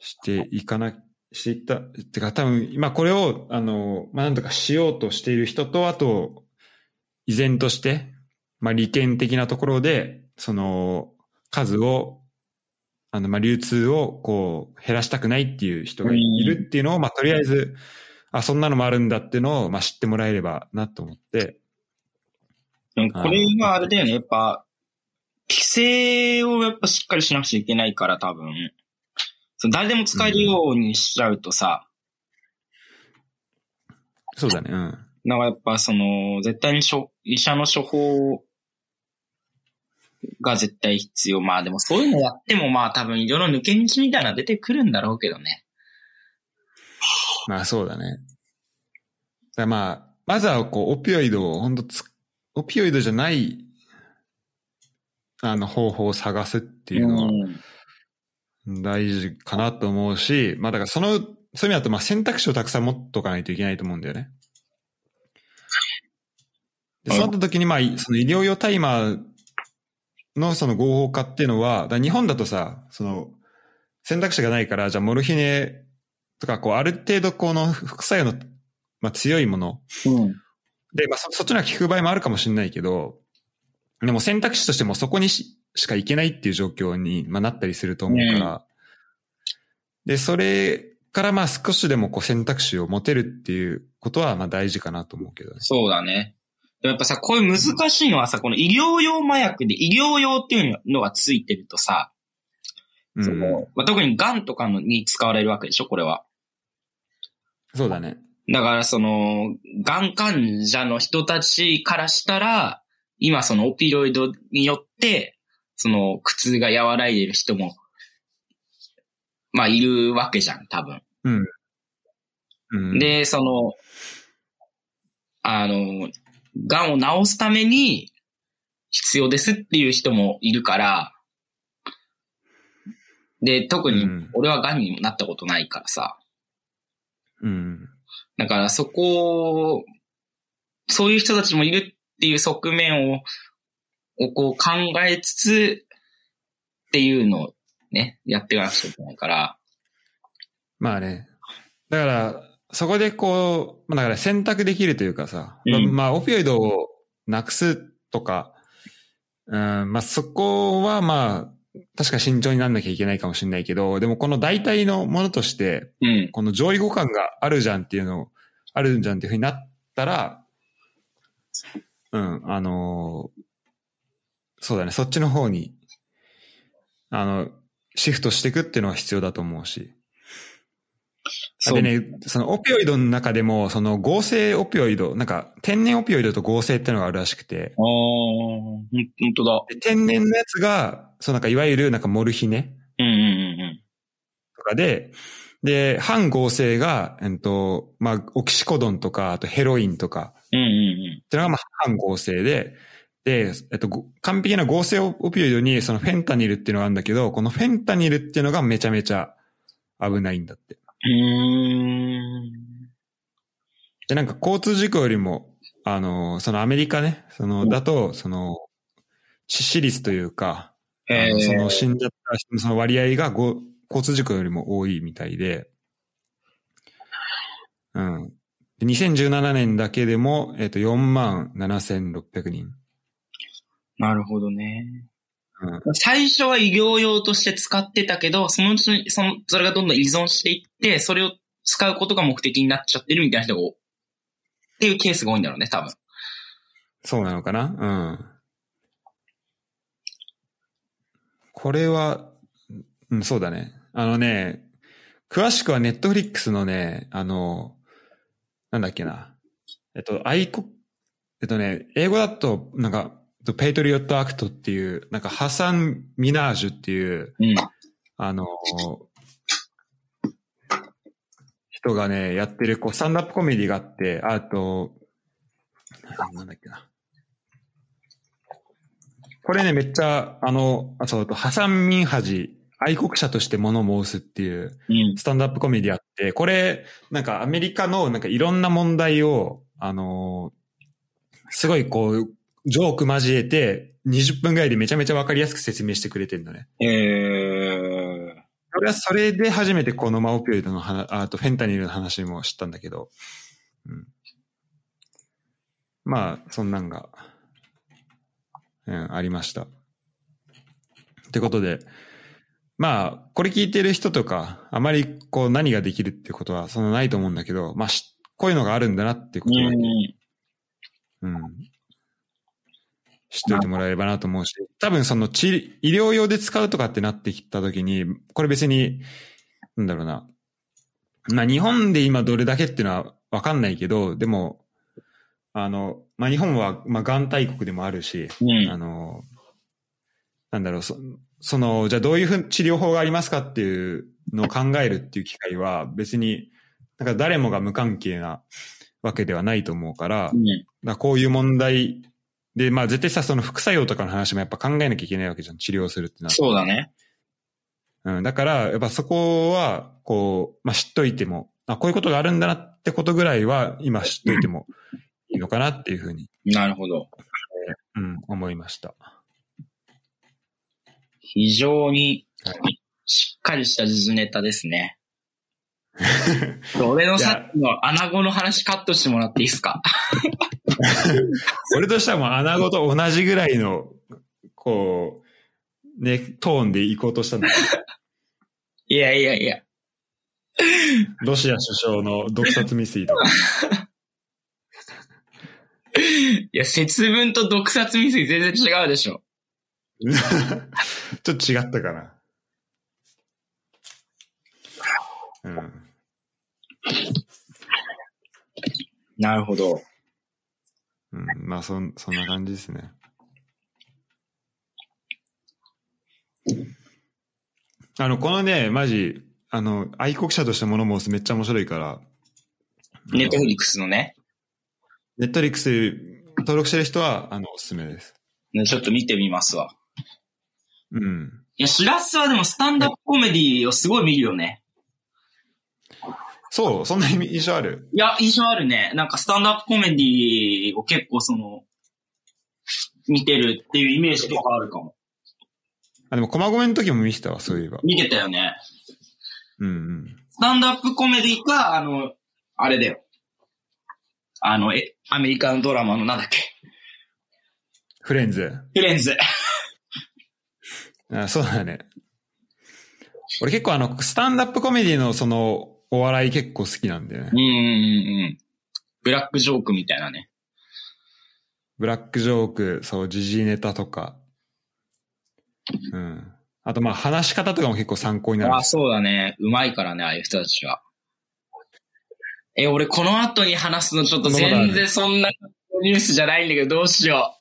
Speaker 1: していかな、していった、てか多分、今これを、あの、まあ、なんとかしようとしている人と、あと、依然として、まあ、利権的なところで、その、数を、あの、まあ、流通を、こう、減らしたくないっていう人がいるっていうのを、まあ、とりあえず、あ、そんなのもあるんだっていうのを、まあ、知ってもらえればなと思って。
Speaker 2: でもこれはあれだよね、やっぱ、規制をやっぱしっかりしなくちゃいけないから多分、その誰でも使えるようにしちゃうとさ、
Speaker 1: そうだね、うん。
Speaker 2: なんかやっぱその、絶対に処医者の処方が絶対必要。まあでもそういうのやってもまあ多分いろいろ抜け道みたいなの出てくるんだろうけどね。
Speaker 1: まあ、そうだね。だからまあ、まずは、こう、オピオイドを、本当つ、オピオイドじゃない、あの、方法を探すっていうのは、
Speaker 2: ん
Speaker 1: 大事かなと思うし、まあだからその、そういう意味だとまあ選択肢をたくさん持っとかないといけないと思うんだよね。で、そうなった時にまあ、その医療用タイマーのその合法化っていうのは、だから日本だとさ、その選択肢がないから、じゃあモルヒネとかこうある程度この副作用の、まあ強いもの
Speaker 2: うん。
Speaker 1: で、まあ、そそっちの方が効く場合もあるかもしれないけど、でも選択肢としてもそこにししか行けないっていう状況に、まあ、なったりすると思うから、で、それからまあ少しでもこう選択肢を持てるっていうことはまあ大事かなと思うけどね。
Speaker 2: そうだね。でもやっぱさ、こういう難しいのはさ、この医療用麻薬で医療用っていうのがついてるとさ、
Speaker 1: うん、
Speaker 2: そのまあ、特に癌とかのに使われるわけでしょ、これは。
Speaker 1: そうだね。
Speaker 2: だからその、癌患者の人たちからしたら、今そのオピロイドによって、その苦痛が和らいでる人も、まあいるわけじゃん、多分。
Speaker 1: うん。うん、
Speaker 2: で、その、あの、癌を治すために必要ですっていう人もいるから、で、特に
Speaker 1: うん
Speaker 2: 俺は癌にもなったことないからさ、
Speaker 1: うん。
Speaker 2: だからそこを、そういう人たちもいるっていう側面を、をこう考えつつ、っていうのをね、やっていかなくちゃいけないから、
Speaker 1: まあね。だから、そこでこう、まあだから選択できるというかさ、
Speaker 2: うん
Speaker 1: まあまあ、オピオイドをなくすとか、うん、まあそこはまあ、確か慎重になんなきゃいけないかもしれないけど、でもこの代替のものとして、
Speaker 2: うん、
Speaker 1: この上位互換があるじゃんっていうのを、あるんじゃんっていうふうになったら、うん、あのーそうだね、そっちの方に、あの、シフトしていくっていうのは必要だと思うし。
Speaker 2: そう。
Speaker 1: でね、そのオピオイドの中でも、その合成オピオイド、なんか天然オピオイドと合成ってのがあるらしくて、
Speaker 2: ああ、ほん本当だ。
Speaker 1: で天然のやつが、そうなんかいわゆるなんかモルヒネ
Speaker 2: うんうんうん
Speaker 1: とかで、で、反合成が、えっと、まあ、オキシコドンとか、あとヘロインとか、
Speaker 2: うん。うんうん
Speaker 1: っていうのがまあ反合成で、で、えっと、ご完璧な合成オピオイドにそのフェンタニルっていうのがあるんだけど、このフェンタニルっていうのがめちゃめちゃ危ないんだって。
Speaker 2: うん。う
Speaker 1: で、なんか交通事故よりも、あの、そのアメリカね、その、だと、その、致死率というか、
Speaker 2: ーん。え
Speaker 1: あのそ
Speaker 2: ー
Speaker 1: の死んじゃった人のその割合がご交通事故よりも多いみたいで、うん。で2017年だけでも、えっ、と、4万7600人。
Speaker 2: なるほどね。
Speaker 1: うん。
Speaker 2: 最初は医療用として使ってたけど、そのうちに、その、それがどんどん依存していって、それを使うことが目的になっちゃってるみたいな人が多い、っていうケースが多いんだろうね、多分。
Speaker 1: そうなのかなうん。これは、うん、そうだね。あのね、詳しくはネットフリックスのね、あの、なんだっけな。えっと、アイコ、えっとね、英語だと、なんか、ペイトリオットアクトっていう、なんか、ハサン・ミナージュっていう、
Speaker 2: うん。
Speaker 1: あの、人がね、やってる、こう、スタンダップコメディがあって、あと、あなんだっけな。これね、めっちゃ、あの、あそう、あとハサン・ミンハジ、愛国者として物申すっていう、
Speaker 2: うん。
Speaker 1: スタンダップコメディあって、これ、なんかアメリカの、なんかいろんな問題を、あの、すごいこう、ジョーク交えて、20分ぐらいでめちゃめちゃわかりやすく説明してくれてるのね。
Speaker 2: えー、
Speaker 1: 俺はそれで初めてこのマオピオイドの話、ああとフェンタニルの話も知ったんだけど、うん、まあ、そんなんが、うん、ありました。ってことで、まあ、これ聞いてる人とか、あまりこう何ができるってことはそんなないと思うんだけど、まあ、しこういうのがあるんだなっていう
Speaker 2: う
Speaker 1: ことだけ
Speaker 2: ん。
Speaker 1: うん。知っておいてもらえればなと思うし、多分その治医療用で使うとかってなってきたときに、これ別に、なんだろうな。まあ日本で今どれだけっていうのはわかんないけど、でも、あの、まあ日本は、まあ元大国でもあるし、
Speaker 2: うん
Speaker 1: あ。の、なんだろう、そその、じゃあどういうふう治療法がありますかっていうのを考えるっていう機会は別に、なんか誰もが無関係なわけではないと思うから、
Speaker 2: うん
Speaker 1: だからこういう問題で、まあ絶対さ、その副作用とかの話もやっぱ考えなきゃいけないわけじゃん、治療するってなると
Speaker 2: そうだね。
Speaker 1: うん、だから、やっぱそこは、こう、まあ知っといても、あ、こういうことがあるんだなってことぐらいは、今知っといてもいいのかなっていうふうに、
Speaker 2: なるほど。
Speaker 1: うん、思いました。
Speaker 2: 非常に
Speaker 1: は
Speaker 2: しっかりした時事ネタで すね。俺のさっきの穴子の話カットしてもらっていいですか
Speaker 1: 俺としてはもう穴子と同じぐらいの、こう、ね、トーンで行こうとしたんだけ
Speaker 2: いやいやいや。
Speaker 1: ど、ロシア首相の毒殺未遂とか。
Speaker 2: いや、節分と毒殺未遂全然違うでしょ。
Speaker 1: ちょっと違ったかな。うん。
Speaker 2: なるほど。
Speaker 1: うん、まあ、そん、そんな感じですね。あの、このね、マジ、あの、愛国者として物申すめっちゃ面白いから。
Speaker 2: ネットフリックスのね。
Speaker 1: ネットリックス登録してる人は、あの、おすすめです。
Speaker 2: ねちょっと見てみますわ。
Speaker 1: うん。
Speaker 2: いや、シラスはでもスタンダップコメディをすごい見るよね。
Speaker 1: そう、そんな意味印象ある。
Speaker 2: いや、印象あるね。なんかスタンダップコメディを結構その、見てるっていうイメージとかあるかも。
Speaker 1: あ、でも、駒込の時も見てたわ、そういえば。
Speaker 2: 見てたよね。
Speaker 1: うんうん。
Speaker 2: スタンダップコメディか、あの、あれだよ。あの、え、アメリカのドラマのなんだっけ。
Speaker 1: フレンズ。
Speaker 2: フレンズ。
Speaker 1: あそうだね。俺結構あの、スタンダップコメディのその、お笑い結構好きなんだよね
Speaker 2: うんうん。うんうん。ブラックジョークみたいなね。
Speaker 1: ブラックジョーク、そう、時事ネタとか。うん。あとまあ、話し方とかも結構参考にな
Speaker 2: あ
Speaker 1: る
Speaker 2: あ、。そうだね。うまいからね、ああいう人たちは。え、俺この後に話すのちょっと全然そんなニュースじゃないんだけど、どうしよ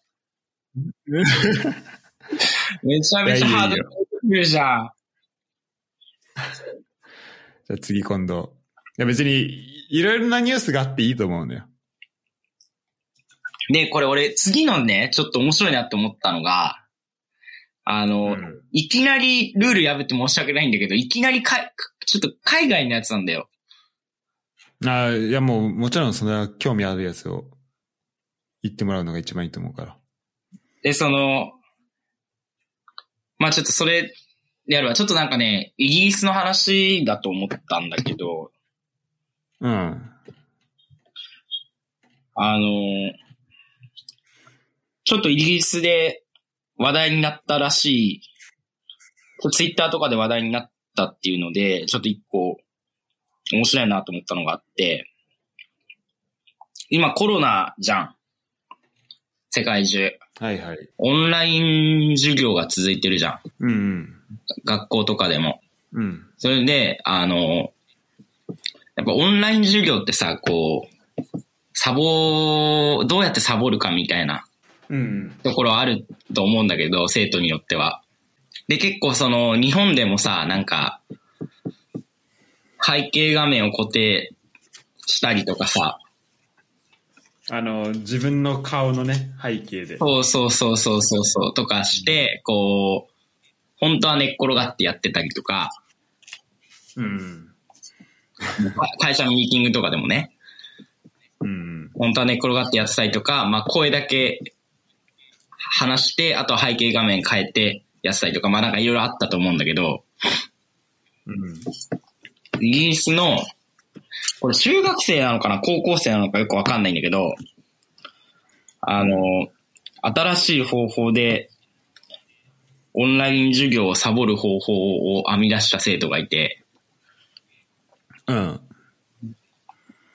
Speaker 2: う。めちゃめちゃ
Speaker 1: いや
Speaker 2: ハ
Speaker 1: い
Speaker 2: ー
Speaker 1: いよ
Speaker 2: ド
Speaker 1: いい
Speaker 2: ル
Speaker 1: よ
Speaker 2: 高いじゃん。
Speaker 1: じゃあ次今度。いや別に、いろいろなニュースがあっていいと思うんだよ。
Speaker 2: で、これ俺次のね、ちょっと面白いなって思ったのが、あの、
Speaker 1: うん
Speaker 2: いきなりルール破って申し訳ないんだけど、いきなりかいちょっと海外のやつなんだよ。
Speaker 1: ああ、いやもう、もちろんそれは興味あるやつを言ってもらうのが一番いいと思うから。
Speaker 2: で、その、まあちょっとそれ、やるわ。ちょっとなんかね、イギリスの話だと思ったんだけど、
Speaker 1: うん。
Speaker 2: あの、ちょっとイギリスで話題になったらしい、ツイッターとかで話題になったっていうので、ちょっと一個面白いなと思ったのがあって、今コロナじゃん。世界中。
Speaker 1: はいはい。
Speaker 2: オンライン授業が続いてるじゃん。
Speaker 1: うんうん。
Speaker 2: 学校とかでも。
Speaker 1: うん。
Speaker 2: それで、あの、やっぱオンライン授業ってさ、こう、サボ、どうやってサボるかみたいな
Speaker 1: うん。
Speaker 2: ところあると思うんだけど、生徒によっては。で、結構その、日本でもさ、なんか、背景画面を固定したりとかさ、
Speaker 1: あの、自分の顔のね、背景で。
Speaker 2: そうそうそうそうそうそう、とかして、こう、本当は寝っ転がってやってたりとか、
Speaker 1: うん。
Speaker 2: 会社のミーティングとかでもね、
Speaker 1: うん。
Speaker 2: 本当は寝っ転がってやってたりとか、まあ声だけ話して、あとは背景画面変えてやってたりとか、まあなんかいろいろあったと思うんだけど、
Speaker 1: うん。
Speaker 2: イギリスの、これ中学生なのかな高校生なのかよくわかんないんだけど、あの、新しい方法で、オンライン授業をサボる方法を編み出した生徒がいて、
Speaker 1: うん。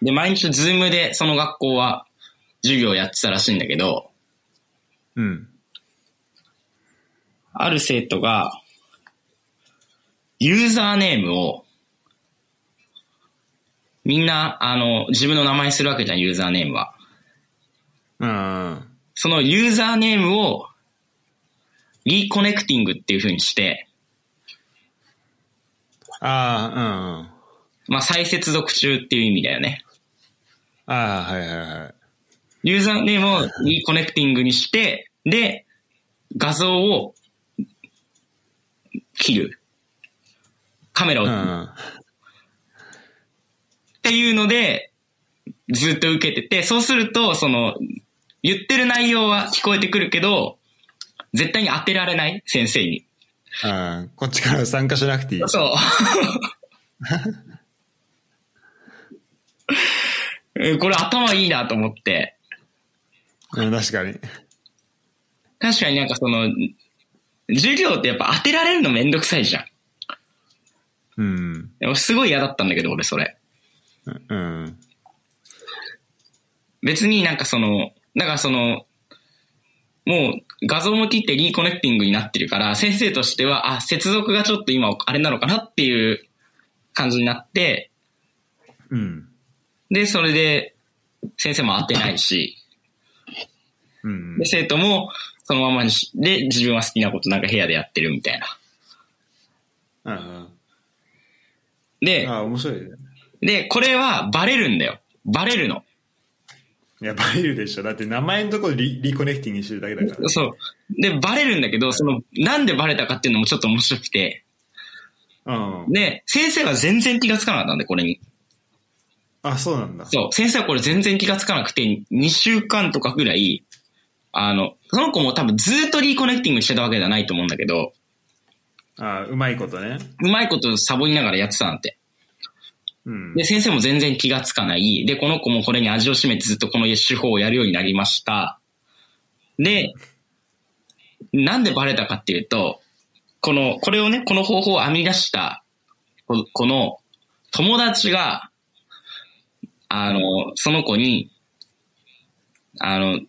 Speaker 2: で、毎日ズームでその学校は授業をやってたらしいんだけど、
Speaker 1: うん。
Speaker 2: ある生徒が、ユーザーネームを、みんな、あの、自分の名前にするわけじゃん、ユーザーネームは。
Speaker 1: うん。
Speaker 2: そのユーザーネームを、リコネクティングっていう風にして、
Speaker 1: ああ、うん。
Speaker 2: まあ、再接続中っていう意味だよね。
Speaker 1: ああ、はいはいはい。
Speaker 2: ユーザーネームをリコネクティングにして、で、画像を切る。カメラを
Speaker 1: うん。
Speaker 2: っていうので、ずっと受けてて、そうすると、その、言ってる内容は聞こえてくるけど、絶対に当てられない先生に。
Speaker 1: ああ、こっちから参加しなくていい。
Speaker 2: そう。え これ頭いいなと思って。
Speaker 1: うん、確かに。
Speaker 2: 確かになんかその、授業ってやっぱ当てられるのめんどくさいじゃん。
Speaker 1: うん。
Speaker 2: でもすごい嫌だったんだけど、俺それ。
Speaker 1: うん。
Speaker 2: 別になんかその、だからその、もう画像も切ってリコネクティングになってるから、先生としては、あ、接続がちょっと今あれなのかなっていう感じになって、
Speaker 1: うん。
Speaker 2: で、それで先生も当てないし、
Speaker 1: うん
Speaker 2: で、。生徒もそのままにし、で、自分は好きなことなんか部屋でやってるみたいな。
Speaker 1: うん。
Speaker 2: で、
Speaker 1: ああ、面白いね。
Speaker 2: で、これはバレるんだよ。バレるの。
Speaker 1: いや、バレるでしょ。だって名前のところリリコネクティングしてるだけだから。
Speaker 2: そう。で、バレるんだけど、その、なんでバレたかっていうのもちょっと面白くて。
Speaker 1: うん。
Speaker 2: で、先生は全然気がつかなかったんで、これに。
Speaker 1: あ、そうなんだ。
Speaker 2: そう、先生はこれ全然気がつかなくて、2週間とかぐらい、あの、その子も多分ずっとリコネクティングしてたわけじゃないと思うんだけど、
Speaker 1: あうまいことね。
Speaker 2: うまいことサボりながらやってたなんて。
Speaker 1: うん。
Speaker 2: で、先生も全然気がつかない。で、この子もこれに味を占めてずっとこの手法をやるようになりました。で、なんでバレたかっていうと、この、これをね、この方法を編み出した、ここの、友達が、あの、その子に、あの、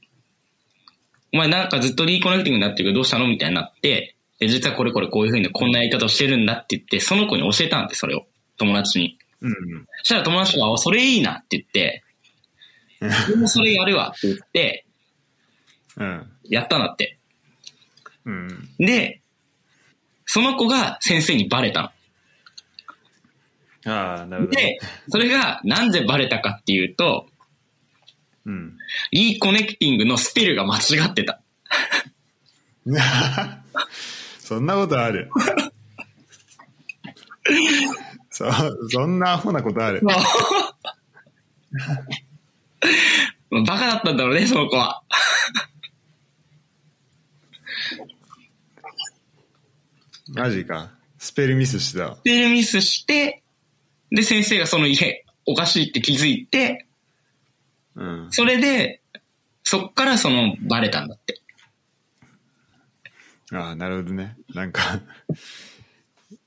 Speaker 2: お前なんかずっとリーコネクティングになってるけどどうしたのみたいになって、で、実はこれこれこういう風にこんなやり方をしてるんだって言って、その子に教えたんで、それを。友達に。
Speaker 1: うん。
Speaker 2: そしたら友達が、おそれいいなって言って、俺もそれやるわって言って、
Speaker 1: うん。
Speaker 2: やったんだって。
Speaker 1: うん。
Speaker 2: で、その子が先生にバレた
Speaker 1: ああ、なる
Speaker 2: の。
Speaker 1: ほど。
Speaker 2: で、それがなんでバレたかっていうと、
Speaker 1: うん。
Speaker 2: リーコネクティングのスペルが間違ってた。
Speaker 1: そんなことある。そ、そんなアホなことある。
Speaker 2: バカだったんだろうね、その子は。
Speaker 1: マジか。スペルミスしてたわ。
Speaker 2: スペルミスして、で、先生がその家、おかしいって気づいて、
Speaker 1: うん。
Speaker 2: それで、そっからその、バレたんだって。
Speaker 1: ああ、なるほどね。なんか、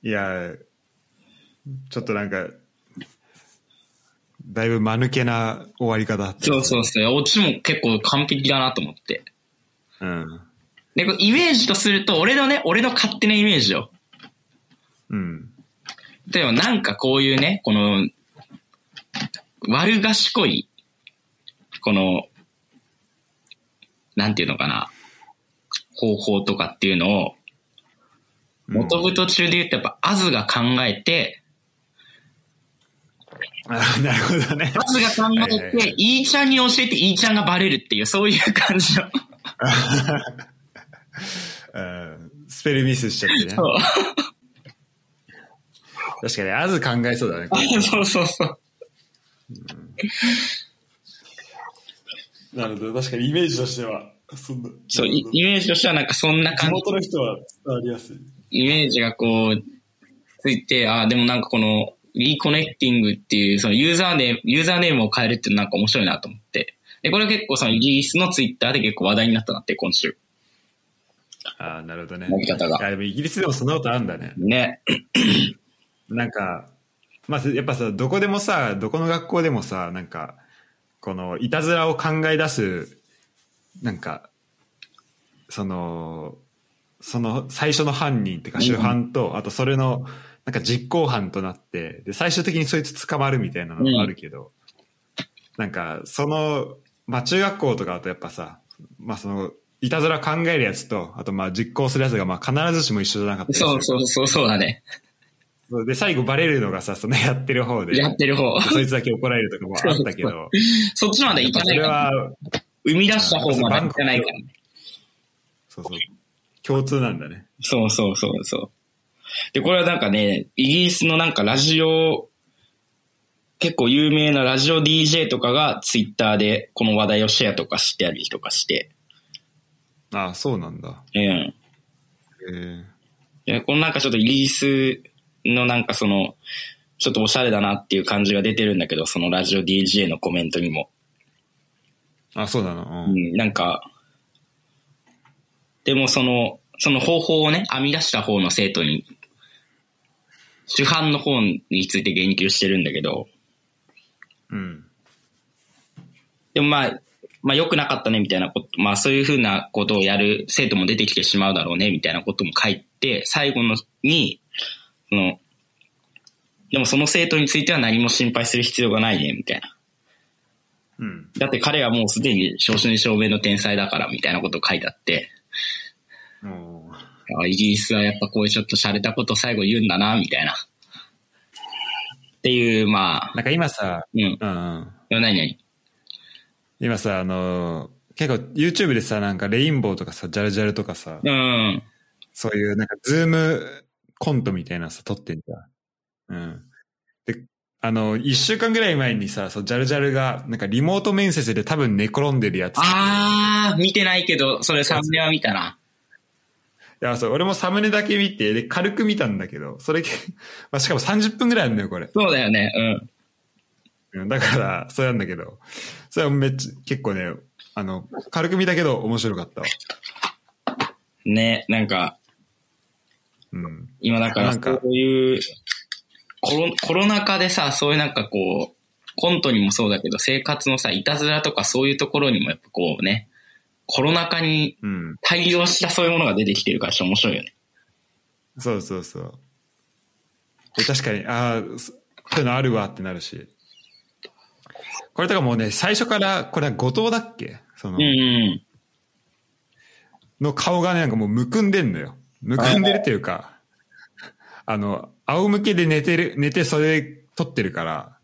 Speaker 1: いや、ちょっとなんか、だいぶ間抜けな終わり方だった。
Speaker 2: そうそうそう。オチも結構完璧だなと思って。
Speaker 1: うん。
Speaker 2: で、こうイメージとすると、俺のね、俺の勝手なイメージよ。
Speaker 1: うん。
Speaker 2: 例えばなんかこういうね、この、悪賢い、この、なんていうのかな、方法とかっていうのを、
Speaker 1: うん
Speaker 2: 元太中で言うとやっぱ、アズが考えて、
Speaker 1: ああ、なるほどね。
Speaker 2: アズが考
Speaker 1: はい
Speaker 2: え
Speaker 1: はいは
Speaker 2: て、イーちゃんに教えてイーちゃんがバレるっていう、そういう感 じの。
Speaker 1: うんスペルミスしちゃってね。
Speaker 2: そう
Speaker 1: 確かに、あず考えそうだね。
Speaker 2: そうそうそう。
Speaker 1: なるほど。確かにイメージとしては、そんな。
Speaker 2: そう、イイメージとしてはなんかそんな感じ。
Speaker 1: の人は伝わりやすい。
Speaker 2: イメージがこう、ついて、ああ、でもなんかこの、リコネクティングっていう、そのユーザーネーム、ユーザーネームを変えるっていうのなんか面白いなと思って。で、これ結構そのイギリスのツイッターで結構話題になったなって、今週。
Speaker 1: ああ、なるほどね。
Speaker 2: やり方が
Speaker 1: いや、でもイギリスでもそんなことあるんだね。
Speaker 2: ね。
Speaker 1: なんか、まあ、やっぱさ、どこでもさ、どこの学校でもさ、なんか、この、いたずらを考え出す、なんか、その、その最初の犯人っていうか主犯と、あとそれの、なんか実行犯となって、で、最終的にそいつ捕まるみたいなのがあるけど、なんか、その、まあ、中学校とかだとやっぱさ、まあ、その、いたずら考えるやつと、あとまあ実行するやつがまあ必ずしも一緒じゃなかったりする
Speaker 2: そうそうそう、そうだね。
Speaker 1: そうで、最後バレるのがさ、そのやってる方で。
Speaker 2: やってる方。
Speaker 1: そいつだけ怒られるとかもあったけど。
Speaker 2: そっちまで
Speaker 1: やっ
Speaker 2: い
Speaker 1: ぱ
Speaker 2: か
Speaker 1: そ
Speaker 2: ない
Speaker 1: れ
Speaker 2: から。
Speaker 1: は、
Speaker 2: 生み出した方までいかないから。
Speaker 1: そうそう。共通なんだね。
Speaker 2: そうそうそうそう。で、これはなんかね、イギリスのなんかラジオ、結構有名なラジオ DJ とかがツイッターでこの話題をシェアとかしてありとかして、
Speaker 1: ああ、そうなんだ。
Speaker 2: うん。
Speaker 1: へえ
Speaker 2: でこのなんかちょっとイギリスのなんかその、ちょっとおしゃれだなっていう感じが出てるんだけど、そのラジオ DJ のコメントにも。
Speaker 1: あ、そうなの。
Speaker 2: う
Speaker 1: うん。
Speaker 2: ん、なんか、でもその、その方法をね、編み出した方の生徒に、主犯の方について言及してるんだけど、
Speaker 1: うん。
Speaker 2: でもまあ、まあ良くなかったねみたいなこと、まあそういうふうなことをやる生徒も出てきてしまうだろうねみたいなことも書いて、最後のに、その、でもその生徒については何も心配する必要がないねみたいな。
Speaker 1: うん。
Speaker 2: だって彼はもうすでに正真正銘の天才だからみたいなことを書いてあって、
Speaker 1: おー
Speaker 2: あイギリスはやっぱこういうちょっと洒落たこと最後言うんだなみたいな。っていう、まあ、
Speaker 1: なんか今さ、
Speaker 2: うん。
Speaker 1: うんうん。
Speaker 2: 何何
Speaker 1: 今さ、あのー、結構 YouTube でさ、なんかレインボーとかさ、ジャルジャルとかさ、
Speaker 2: うん。
Speaker 1: そういうなんかズームコントみたいなのさ、撮ってんじゃん。うん。で、あの、一週間ぐらい前にさ、そう、ジャルジャルが、なんかリモート面接で多分寝転んでるやつ。
Speaker 2: あー、見てないけど、それサムネは見たな。
Speaker 1: いや、そう、俺もサムネだけ見て、で、軽く見たんだけ ど、それ、まあ、しかも30分ぐらいあるんだよ、これ。
Speaker 2: そうだよね、うん。
Speaker 1: うんだから、そうなんだけど、それはめっちゃ、結構ね、あの、軽く見たけど面白かったわ。
Speaker 2: ね、なんか、
Speaker 1: うん。
Speaker 2: 今だから
Speaker 1: なんか
Speaker 2: そういう、コロコロナ禍でさ、そういうなんかこう、コントにもそうだけど、生活のさ、いたずらとかそういうところにもやっぱこうね、コロナ禍に
Speaker 1: うん。
Speaker 2: 対応したそういうものが出てきてるからちょっと面白いよね。
Speaker 1: そうそうそう。で確かに、ああ、そそういうのあるわってなるし。これとかもうね、最初から、これは後藤だっけその、
Speaker 2: うんうん。
Speaker 1: の顔がね、なんかもうむくんでんのよ。むくんでるというか、あの、仰向けで寝てる、寝てそれ撮ってるから、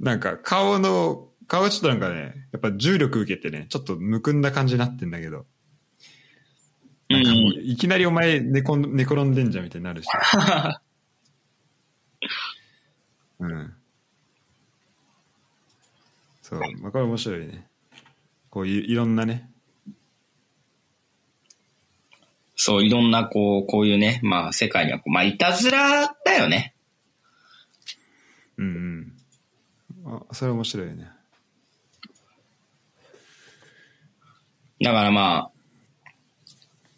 Speaker 1: なんか顔の、顔がちょっとなんかね、やっぱ重力受けてね、ちょっとむくんだ感じになってんだけど、
Speaker 2: う
Speaker 1: なんかもうんいきなりお前寝こん寝転んでんじゃんみたいになるし。うん。そう、まあ、これ面白いね。こういういろんなね。
Speaker 2: そう、いろんなこう、こういうね、まあ世界にはこう、まあいたずらだよね。
Speaker 1: うんうん。あ、それ面白いね。
Speaker 2: だからまあ、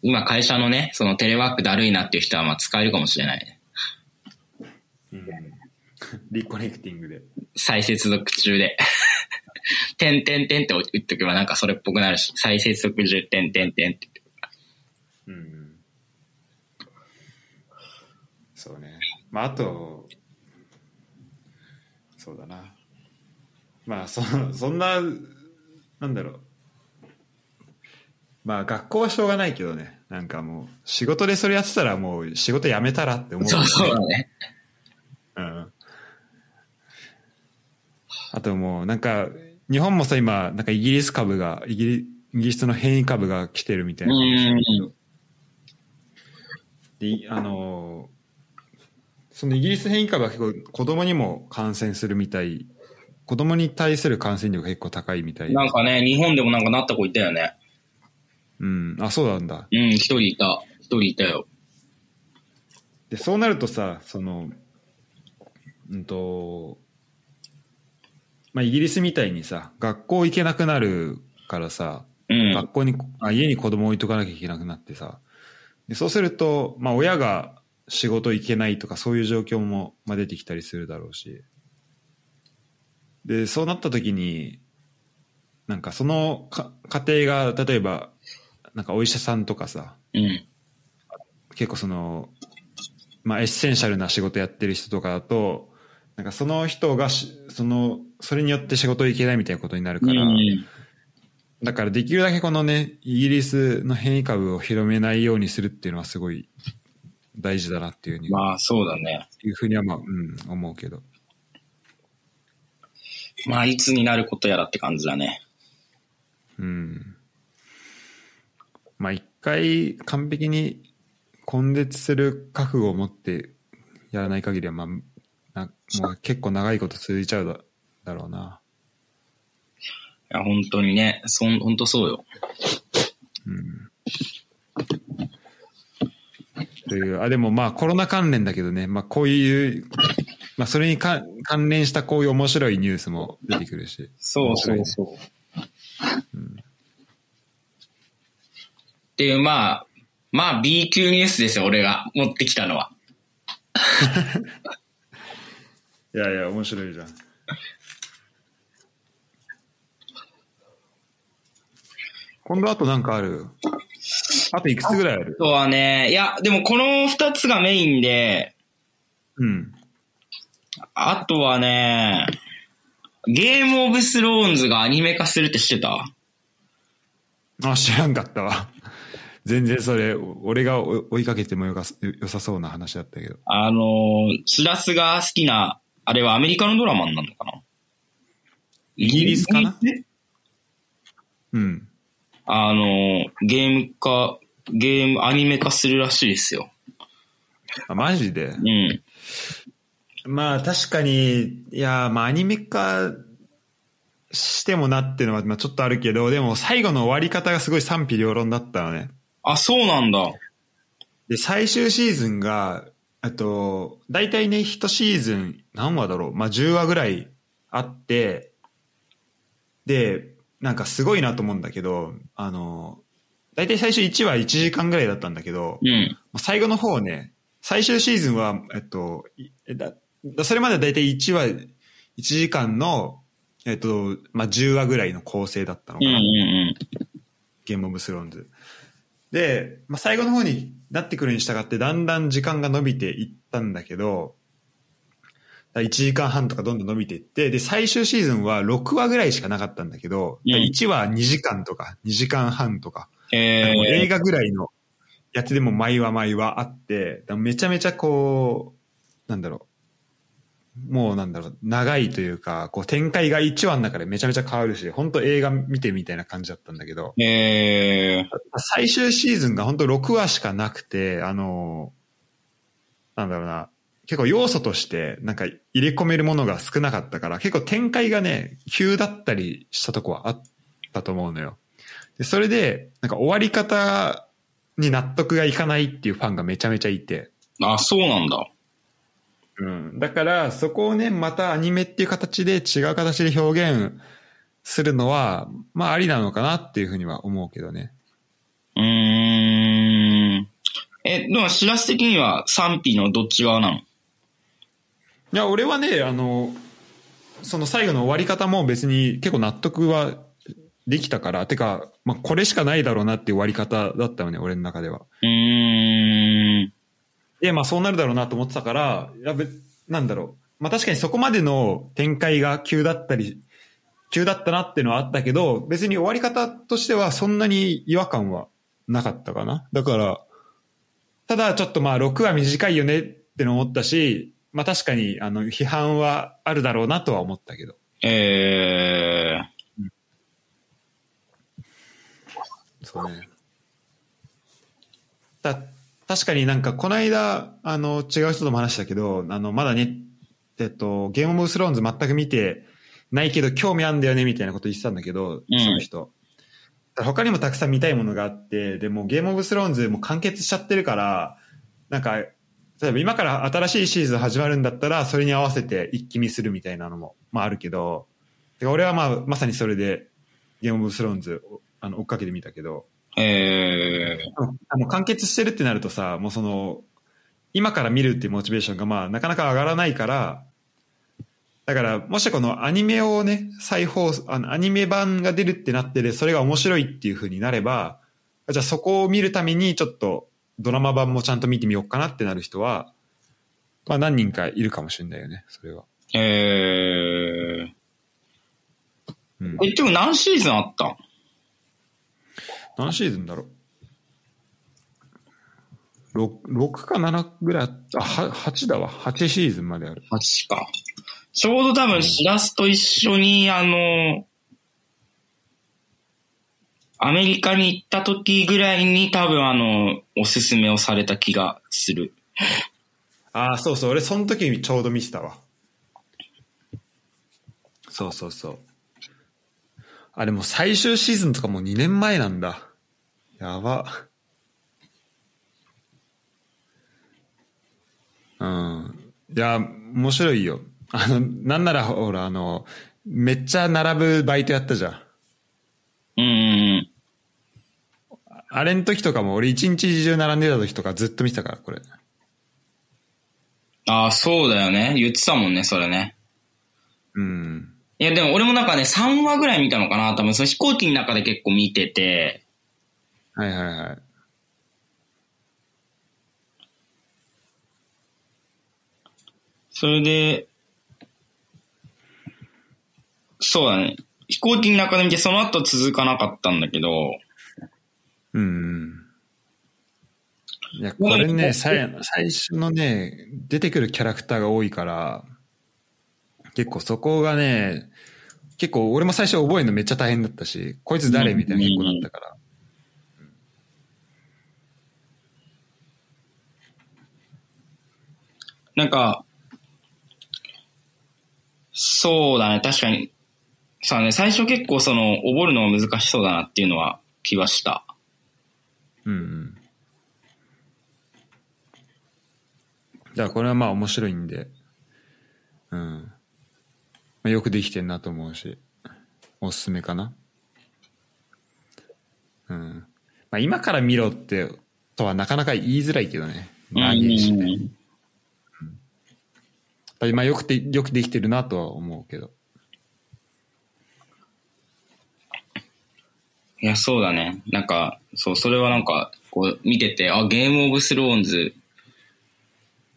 Speaker 2: 今会社のね、そのテレワークだるいなっていう人はまあ使えるかもしれないね。
Speaker 1: リコネクティングで。
Speaker 2: 再接続中で。 てんてんてんって打っとけばなんかそれっぽくなるし、再接続中てんてんてんって。
Speaker 1: うんうん。そうね。まあ、あと、そうだな。まあ、そ、そんな、なんだろう。まあ、学校はしょうがないけどね。なんかもう、仕事でそれやってたらもう、仕事辞めたらって思う、
Speaker 2: そうそうだね。
Speaker 1: うんあともうなんか日本もさ今なんかイギリス株がイギリイギリスの変異株が来てるみたいな話なんだけどでいあのーそのイギリス変異株は結構子供にも感染するみたい子供に対する感染力が結構高いみたい
Speaker 2: なんかね、日本でもなんかなった子いたよね。
Speaker 1: うんあそうなんだ
Speaker 2: うん、一人いた。一人いたよ。
Speaker 1: でそうなるとさそのうんと、まあ、イギリスみたいにさ学校行けなくなるからさ、
Speaker 2: うん。
Speaker 1: 学校にあ家に子供置いとかなきゃいけなくなってさでそうすると、まあ、親が仕事行けないとかそういう状況も、まあ、出てきたりするだろうしでそうなった時になんかそのか家庭が例えばなんかお医者さんとかさ
Speaker 2: うん。
Speaker 1: 結構その、まあ、エッセンシャルな仕事やってる人とかだとなんかその人がしそのそれによって仕事行けないみたいなことになる
Speaker 2: う
Speaker 1: から、
Speaker 2: ん。
Speaker 1: だからできるだけこのねイギリスの変異株を広めないようにするっていうのはすごい大事だなっていうふうに,、
Speaker 2: まあ、そうだね。
Speaker 1: いうふうにはまあ、うん、思うけど
Speaker 2: まあ、いつになることやらって感じだね。
Speaker 1: うんまあ一回完璧に根絶する覚悟を持ってやらない限りはまあなもう結構長いこと続いちゃうだだろうない
Speaker 2: や、本当にね。そん、本当そうよ。
Speaker 1: という、あ、でもまあコロナ関連だけどね、まあこういう、まあそれにか関連したこういう面白いニュースも出てくるし。
Speaker 2: そうそうそう。っていう、まあ、まあ B 級ニュースですよ、俺が持ってきたのは。
Speaker 1: いやいや、面白いじゃん。今度あとなんかあるあといくつぐらいある
Speaker 2: あとはね、いや、でもこの二つがメインで、
Speaker 1: うん。
Speaker 2: あとはね、ゲームオブスローンズがアニメ化するって知ってた
Speaker 1: あ、知らんかったわ。全然それ、お俺が追いかけてもよかすよ良さそうな話だったけど。
Speaker 2: あの、シラスが好きなあれはアメリカのドラマになるのかな
Speaker 1: イギリスかなうん。
Speaker 2: あの、ゲーム化、ゲーム、アニメ化するらしいですよ。
Speaker 1: あ、マジで
Speaker 2: う。ん。
Speaker 1: まあ確かに、いやー、まあアニメ化してもなっていうのは、まあちょっとあるけど、でも最後の終わり方がすごい賛否両論だったのね。
Speaker 2: あ、そうなんだ。
Speaker 1: で、最終シーズンが、あと、大体ね、一シーズン何話だろうまあ10話ぐらいあって、で、なんかすごいなと思うんだけど、あの、大体最初1話1時間ぐらいだったんだけど、
Speaker 2: うん。
Speaker 1: もう最後の方ね、最終シーズンは、えっと、いえだだそれまでだいたい1話、1時間の、えっと、まあ、10話ぐらいの構成だったの
Speaker 2: うん
Speaker 1: か
Speaker 2: う
Speaker 1: な。
Speaker 2: ん
Speaker 1: ゲームオブスローンズ。で、まあ、最後の方になってくるに従って、だんだん時間が伸びていったんだけど、1時間半とかどんどん伸びていって、で、最終シーズンは6話ぐらいしかなかったんだけど、
Speaker 2: うん
Speaker 1: 1話2時間とか、2時間半とか、
Speaker 2: うん。え
Speaker 1: もう
Speaker 2: ー
Speaker 1: 映画ぐらいのやつでも毎話毎話あって、だからめちゃめちゃこう、なんだろう、もうなんだろう、長いというか、こう展開が1話の中でめちゃめちゃ変わるし、本当映画見てみたいな感じだったんだけど、
Speaker 2: えー
Speaker 1: 最終シーズンが本当6話しかなくて、あの、なんだろうな、結構要素としてなんか入れ込めるものが少なかったから、結構展開がね、急だったりしたとこはあったと思うのよ。で、それで、なんか終わり方に納得がいかないっていうファンがめちゃめちゃいて。
Speaker 2: あ、そうなんだ。
Speaker 1: うん。だから、そこをね、またアニメっていう形で違う形で表現するのは、まあありなのかなっていうふうには思うけどね。
Speaker 2: うーん。え、でも知らせ的には賛否のどっち側なの
Speaker 1: いや、俺はね、あの、その最後の終わり方も別に結構納得はできたから、てか、まあ、これしかないだろうなっていう終わり方だったよね、俺の中では。
Speaker 2: うーん。
Speaker 1: で、まあそうなるだろうなと思ってたから、やべ、なんだろう。まあ確かにそこまでの展開が急だったり、急だったなっていうのはあったけど、別に終わり方としてはそんなに違和感はなかったかな。だから、ただちょっとまあ6は短いよねっての思ったし、まあ確かにあの批判はあるだろうなとは思ったけど。
Speaker 2: えー。
Speaker 1: そうね。た、確かになんか、この間、あの、違う人とも話したけど、あの、まだね、えっと、ゲームオブスローンズ全く見てないけど、興味あんだよね、みたいなこと言ってたんだけど、
Speaker 2: うん
Speaker 1: その人。他にもたくさん見たいものがあって、でもゲームオブスローンズもう完結しちゃってるから、なんか、例えば今から新しいシーズン始まるんだったら、それに合わせて一気見するみたいなのも、まああるけど、てか俺はまあ、まさにそれで、ゲームオブスローンズ、あの、追っかけてみたけど、
Speaker 2: えー。
Speaker 1: あの完結してるってなるとさ、もうその、今から見るっていうモチベーションがまあなかなか上がらないから、だからもしこのアニメをね、再放送、あのアニメ版が出るってなってで、それが面白いっていう風になれば、じゃあそこを見るためにちょっとドラマ版もちゃんと見てみようかなってなる人は、まあ何人かいるかもしれないよね、それは。
Speaker 2: え
Speaker 1: うん
Speaker 2: ー。。結局何シーズンあったん
Speaker 1: 何シーズンだろう 6, 6か7ぐらいあった、あ、は8だわ。8シーズンまである。
Speaker 2: 8か。ちょうど多分、シラスと一緒に、あの、アメリカに行った時ぐらいに多分、あの、おすすめをされた気がする。
Speaker 1: ああ、そうそう。俺、その時にちょうど見てたわ。そうそうそう。あ、でも最終シーズンとかもう2年前なんだ。やば。うん。いや、面白いよ。あの、なんなら、ほら、あの、めっちゃ並ぶバイトやったじゃん。
Speaker 2: うんうん
Speaker 1: あれの時とかも俺一日中並んでた時とかずっと見てたから、これ。
Speaker 2: うん。ああ、そうだよね。言ってたもんね、それね。
Speaker 1: うん。
Speaker 2: いや、でも俺もなんかね、3話ぐらい見たのかな多分、その飛行機の中で結構見てて、
Speaker 1: はいはいはい。
Speaker 2: それで、そうだね。飛行機の中で見て、その後続かなかったんだけど、
Speaker 1: うん。いや、これね、最最初のね、出てくるキャラクターが多いから、結構そこがね、結構俺も最初覚えるのめっちゃ大変だったし、こいつ誰みたいな結構なったから。
Speaker 2: なんか、そうだね、確かに。そうね、最初結構その、覚えるのが難しそうだなっていうのは気はした。
Speaker 1: うんうん。だからこれはまあ面白いんで、うん。まあ、よくできてんなと思うし、おすすめかな。うん。まあ今から見ろって、とはなかなか言いづらいけどね。長いしね。
Speaker 2: うん
Speaker 1: やっぱりまあよくて、よくできてるなとは思うけど。
Speaker 2: いや、そうだね。なんか、そう、それはなんか、こう、見てて、あ、ゲームオブスローンズ、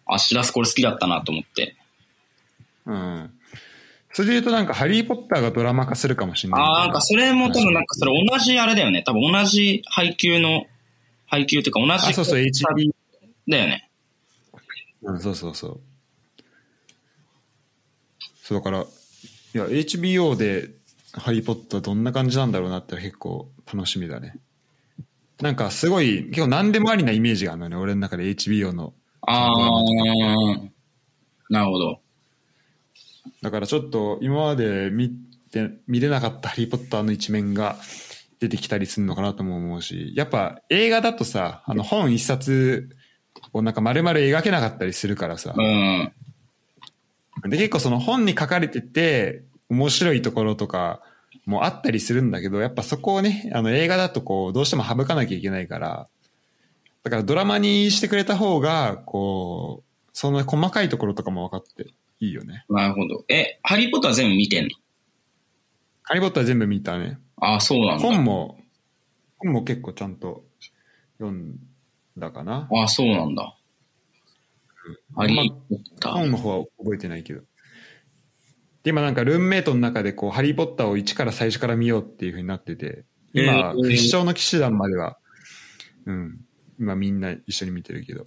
Speaker 2: あ、シラスこれ好きだったなと思って。
Speaker 1: うん。それで言うとなんか、ハリーポッターがドラマ化するかもしれない。
Speaker 2: あーなんかそれも多分なんかそれ同じあれだよね。多分同じ配給の、配給というか同
Speaker 1: あ、
Speaker 2: じ。
Speaker 1: そうそう、HP。
Speaker 2: だよね。
Speaker 1: うん、そうそうそう。そうだから、いや、HBO でハリーポッターどんな感じなんだろうなって結構楽しみだね。なんかすごい、結構何でもありなイメージがあるのね、俺の中で HBO の。
Speaker 2: ああ、なるほど。
Speaker 1: だからちょっと今まで見て、見れなかったハリーポッターの一面が出てきたりするのかなとも思うし、やっぱ映画だとさ、あの本一冊をなんか丸々描けなかったりするからさ、
Speaker 2: うん。
Speaker 1: で、結構その本に書かれてて、面白いところとかもあったりするんだけど、やっぱそこをね、あの映画だとこう、どうしても省かなきゃいけないから、だからドラマにしてくれた方が、こう、その細かいところとかも分かっていいよね。
Speaker 2: なるほど。え、ハリーポッター全部見てんの
Speaker 1: ハリーポッター全部見たね。
Speaker 2: ああ、そうなんだ。
Speaker 1: 本も、本も結構ちゃんと読んだかな。
Speaker 2: ああ、そうなんだ。ハリーポッタ ー。
Speaker 1: 本の方は覚えてないけど。で、今なんかルームメイトの中でこう、ハリーポッターを一から最初から見ようっていう風になってて、今、
Speaker 2: えー
Speaker 1: 必勝の騎士団までは、うん、今みんな一緒に見てるけど。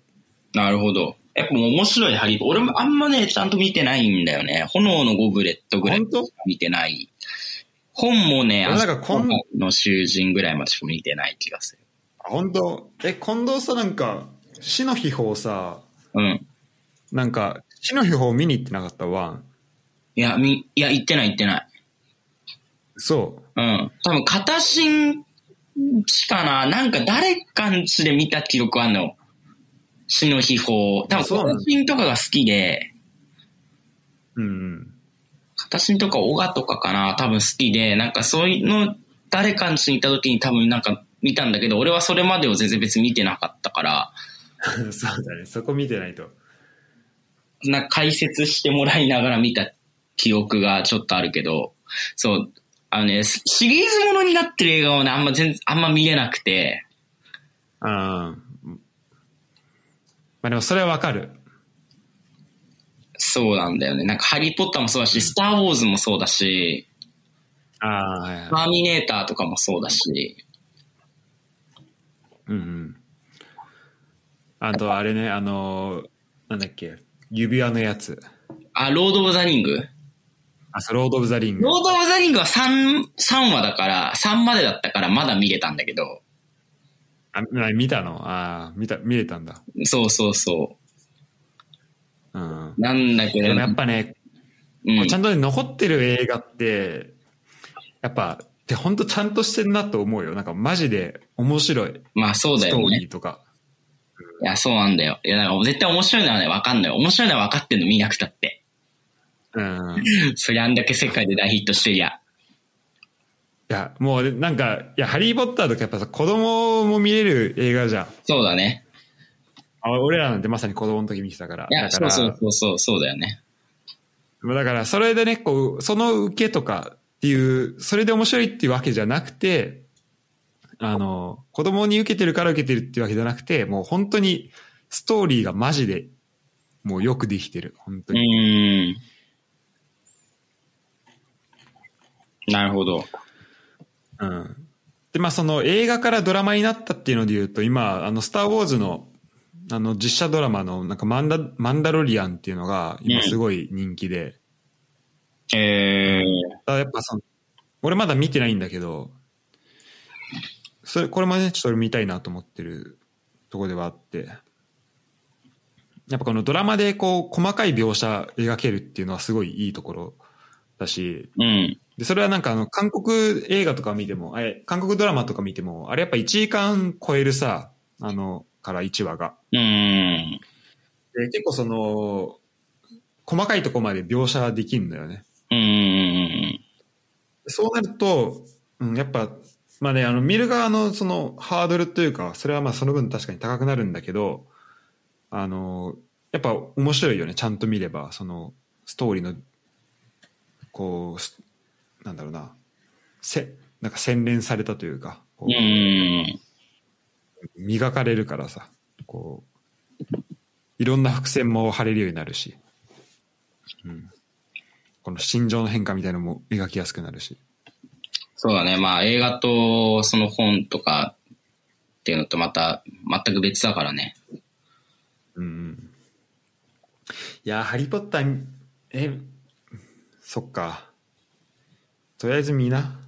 Speaker 2: なるほど。やっぱもう面白いハリーポッター。俺もあんまね、ちゃんと見てないんだよね。炎のゴブレットぐらい
Speaker 1: 本当
Speaker 2: しか見てない。本もね、
Speaker 1: 俺なんかこん
Speaker 2: の囚人ぐらいまでしか見てない気がする。
Speaker 1: あ本当え、近藤さ、なんか、死の秘宝さ、
Speaker 2: うん。
Speaker 1: なんか、死の秘宝見に行ってなかったワン。
Speaker 2: いや、み、いや、行ってない行ってない。
Speaker 1: そ
Speaker 2: うん。多分、片新地かななんか誰かんちで見た記憶あんの。死の秘宝。多
Speaker 1: あそうな
Speaker 2: 分、
Speaker 1: んだ
Speaker 2: 片新とかが好きで、
Speaker 1: う。うんうん。
Speaker 2: 片新とか小賀とかかな多分好きで、なんかそういうの、誰かんちにいた時に多分なんか見たんだけど、俺はそれまでを全然別に見てなかったから、
Speaker 1: そうだね。そこ見てないと。
Speaker 2: なんか解説してもらいながら見た記憶がちょっとあるけど、そう、あのね、シシリーズものになってる映画をね、あんま全然、あんま見れなくて、
Speaker 1: ああ。まあでもそれはわかる。
Speaker 2: そうなんだよね。なんか、ハリー・ポッターもそうだし、スター・ウォーズもそうだし、
Speaker 1: ああ、はいはい
Speaker 2: タ。ーミネーターとかもそうだし、
Speaker 1: うんうん。あと、あれね、あのーなんだっけ、指輪のやつ。
Speaker 2: あ、ロード・オブ・ザ・リング。
Speaker 1: あ、そうロード・オブ・ザ・リング
Speaker 2: ロ。ード・オブ・ザ・リングは3、3話だから、3までだったからまだ見れたんだけど、
Speaker 1: あ、な見たのああ、見た、見れたんだ。
Speaker 2: そうそうそ
Speaker 1: うん。
Speaker 2: う。なんだけど、
Speaker 1: でもやっぱね、
Speaker 2: うん、
Speaker 1: ちゃんとね残ってる映画って、やっぱ、で、ほんとちゃんとしてんなと思うよ。なんかマジで面白い。
Speaker 2: まあそうだ
Speaker 1: スト
Speaker 2: よ
Speaker 1: ー
Speaker 2: ね。
Speaker 1: リーとか。
Speaker 2: いや、そうなんだよ。いや、だから絶対面白いのはね、わかんない。面白いのは分かってんの見なくたって。
Speaker 1: うん。い
Speaker 2: そりゃあんだけ世界で大ヒットしてりゃ。
Speaker 1: や、もうねなんか、いや、ハリー・ポッターとかやっぱさ、子供も見れる映画じゃん。
Speaker 2: そうだね。
Speaker 1: あ俺らなんてまさに子供の時見てたから。
Speaker 2: いや、
Speaker 1: だか
Speaker 2: そう
Speaker 1: ら
Speaker 2: そうそうそう、そうだよね。
Speaker 1: まあだから、それでね、こう、その受けとかっていう、それで面白いっていうわけじゃなくて、あの、子供に受けてるから受けてるっていうわけじゃなくて、もう本当にストーリーがマジで、もうよくできてる。本当
Speaker 2: う
Speaker 1: に。
Speaker 2: ーん。なるほど。
Speaker 1: うん。で、まあその映画からドラマになったっていうので言うと、今、あの、スターウォーズの、あの、実写ドラマの、なんかマンダ、マンダロリアンっていうのが、今すごい人気で、
Speaker 2: え
Speaker 1: あやっぱその、俺まだ見てないんだけど、それ、これもね、ちょっと俺見たいなと思ってるとこではあって、やっぱこのドラマでこう、細かい描写描けるっていうのはすごいいいところだし、
Speaker 2: ー、うん。
Speaker 1: で、それはなんかあの、韓国映画とか見ても、あれ、韓国ドラマとか見ても、あれやっぱ1時間超えるさ、あの、から1話が。
Speaker 2: うん。
Speaker 1: で、結構その、細かいとこまで描写ができるんだよね。
Speaker 2: うん。
Speaker 1: そうなると、うん、やっぱ、まあね、あの、見る側のそのハードルというか、それはまあその分確かに高くなるんだけど、あの、やっぱ面白いよね、ちゃんと見れば、その、ストーリーの、こうす、なんだろうな、せ、なんか洗練されたというか、こ
Speaker 2: うん。うん。
Speaker 1: う磨かれるからさ、こう、いろんな伏線も張れるようになるし、うん。この心情の変化みたいなのも描きやすくなるし。
Speaker 2: そうだね。まあ映画とその本とかっていうのとまた全く別だからね。
Speaker 1: うんいやー、ハリー・ポッター、え、そっか。とりあえず見な。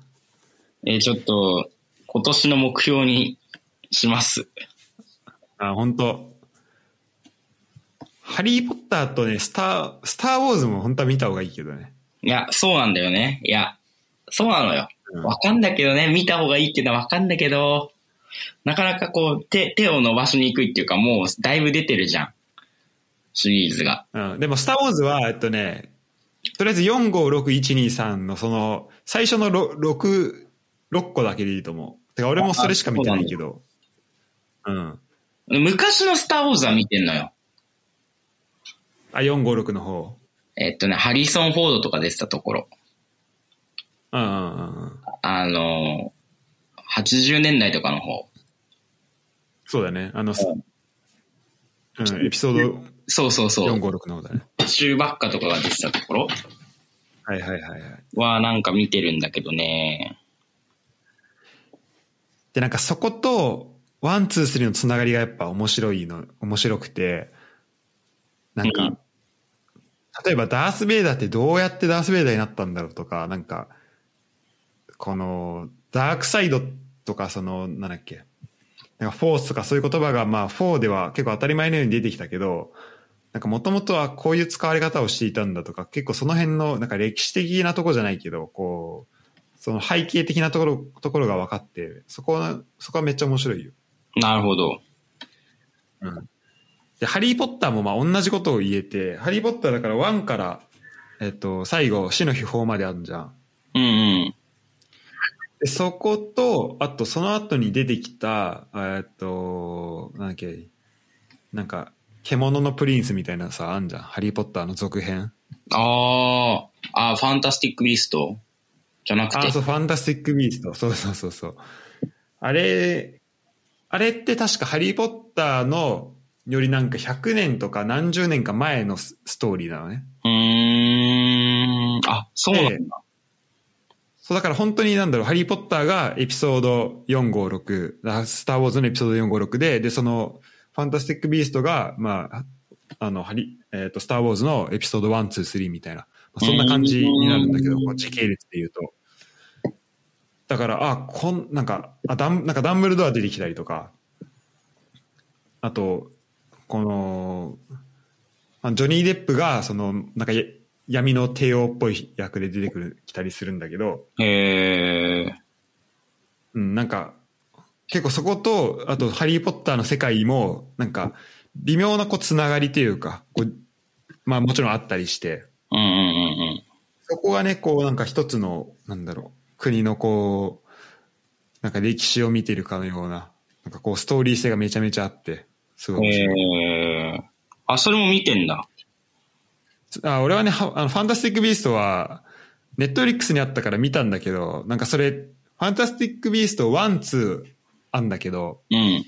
Speaker 2: えーちょっと今年の目標にします。
Speaker 1: あ、本当ハリー・ポッターとね、スター、スター・ウォーズも本当は見た方がいいけどね。
Speaker 2: いや、そうなんだよね。いや、そうなのよ。
Speaker 1: うん
Speaker 2: わかんだけどね、見た方がいいっていうのはわかんだけど、なかなかこう、手、手を伸ばしにくいっていうか、もうだいぶ出てるじゃん。シリーズが。
Speaker 1: うん。でも、スター・ウォーズは、えっとね、とりあえず4、5、6、1、2、3のその、最初の 6, 6個だけでいいと思う。てか、俺もそれしか見てないけど。うん。
Speaker 2: 昔のスターウォーズは見てんのよ。
Speaker 1: あ、4、5、6の方。
Speaker 2: えっとね、ハリソン・フォードとか出てたところ。
Speaker 1: うんうんうんうん。
Speaker 2: あのー、80年代とかの方。
Speaker 1: そうだね。あの、
Speaker 2: ん
Speaker 1: うん、エピソー
Speaker 2: そうそう
Speaker 1: ド
Speaker 2: そ
Speaker 1: 4、
Speaker 2: う。
Speaker 1: 5、6の方だね。
Speaker 2: シューバッカとかが出てたところ
Speaker 1: はいはいはいはい。
Speaker 2: はなんか見てるんだけどね。
Speaker 1: で、なんかそこと、ワン、ツー、スリーのつながりがやっぱ面白いの、面白くて、なん
Speaker 2: うん
Speaker 1: か、例えばダース・ベイダーってどうやってダース・ベイダーになったんだろうとか、なんか、この、ダークサイドとか、その、なんだっけ、なんかフォースとかそういう言葉が、まあ、フォーでは結構当たり前のように出てきたけど、なんかもともとはこういう使われ方をしていたんだとか、結構その辺の、なんか歴史的なとこじゃないけど、こう、その背景的なところ、ところが分かって、そこは、そこはめっちゃ面白いよ。
Speaker 2: なるほど。
Speaker 1: で、ハリー・ポッターもまあ同じことを言えて、ハリー・ポッターだから1から、えっと、最後、死の秘宝まであるじゃん。
Speaker 2: うんうん。
Speaker 1: でそこと、あとその後に出てきた、えーっと、なんだっけ、なんか、獣のプリンスみたいなさ、あんじゃん。ハリー・ポッターの続編。
Speaker 2: あー、あー、ファンタスティック・ビーストじゃなく
Speaker 1: あ、
Speaker 2: て。
Speaker 1: そう、ファンタスティック・ビースト。そうそうそうそう。あれ、あれって確かハリー・ポッターのよりなんか100年とか何十年か前のスストーリーなのね。
Speaker 2: うーん。あ、そうなんだ。
Speaker 1: そうだから本当になんだろう、ハリー・ポッターがエピソード456、あスター・ウォーズのエピソード456で、で、その、ファンタスティック・ビーストが、まあ、あの、ハリ、えっ、と、スター・ウォーズのエピソード1、2、3みたいな、まあそんな感じになるんだけど、
Speaker 2: うん
Speaker 1: こう時系列で言うと。だから、あ、こん、なんか、あ、ダン、なんかダンブルドア出てきたりとか、あと、この、まあジョニー・デップが、その、なんかや、闇の帝王っぽい役で出てくる、来たりするんだけど、
Speaker 2: へー。
Speaker 1: うん、なんか、結構そこと、あと、ハリー・ポッターの世界も、なんか、微妙なこう、つながりというか、こう、まあもちろんあったりして、
Speaker 2: うんうん
Speaker 1: そこがね、こう、なんか一つの、なんだろう、国のこう、なんか歴史を見てるかのような、なんかこう、ストーリー性がめちゃめちゃあって、す
Speaker 2: うんうん。
Speaker 1: ごい面白い。
Speaker 2: へー。あ、それも見てんだ。
Speaker 1: あ俺はね、はあのファンタスティック・ビーストは、ネットフリックスにあったから見たんだけど、なんかそれ、ファンタスティック・ビースト1、2あんだけど、
Speaker 2: うん。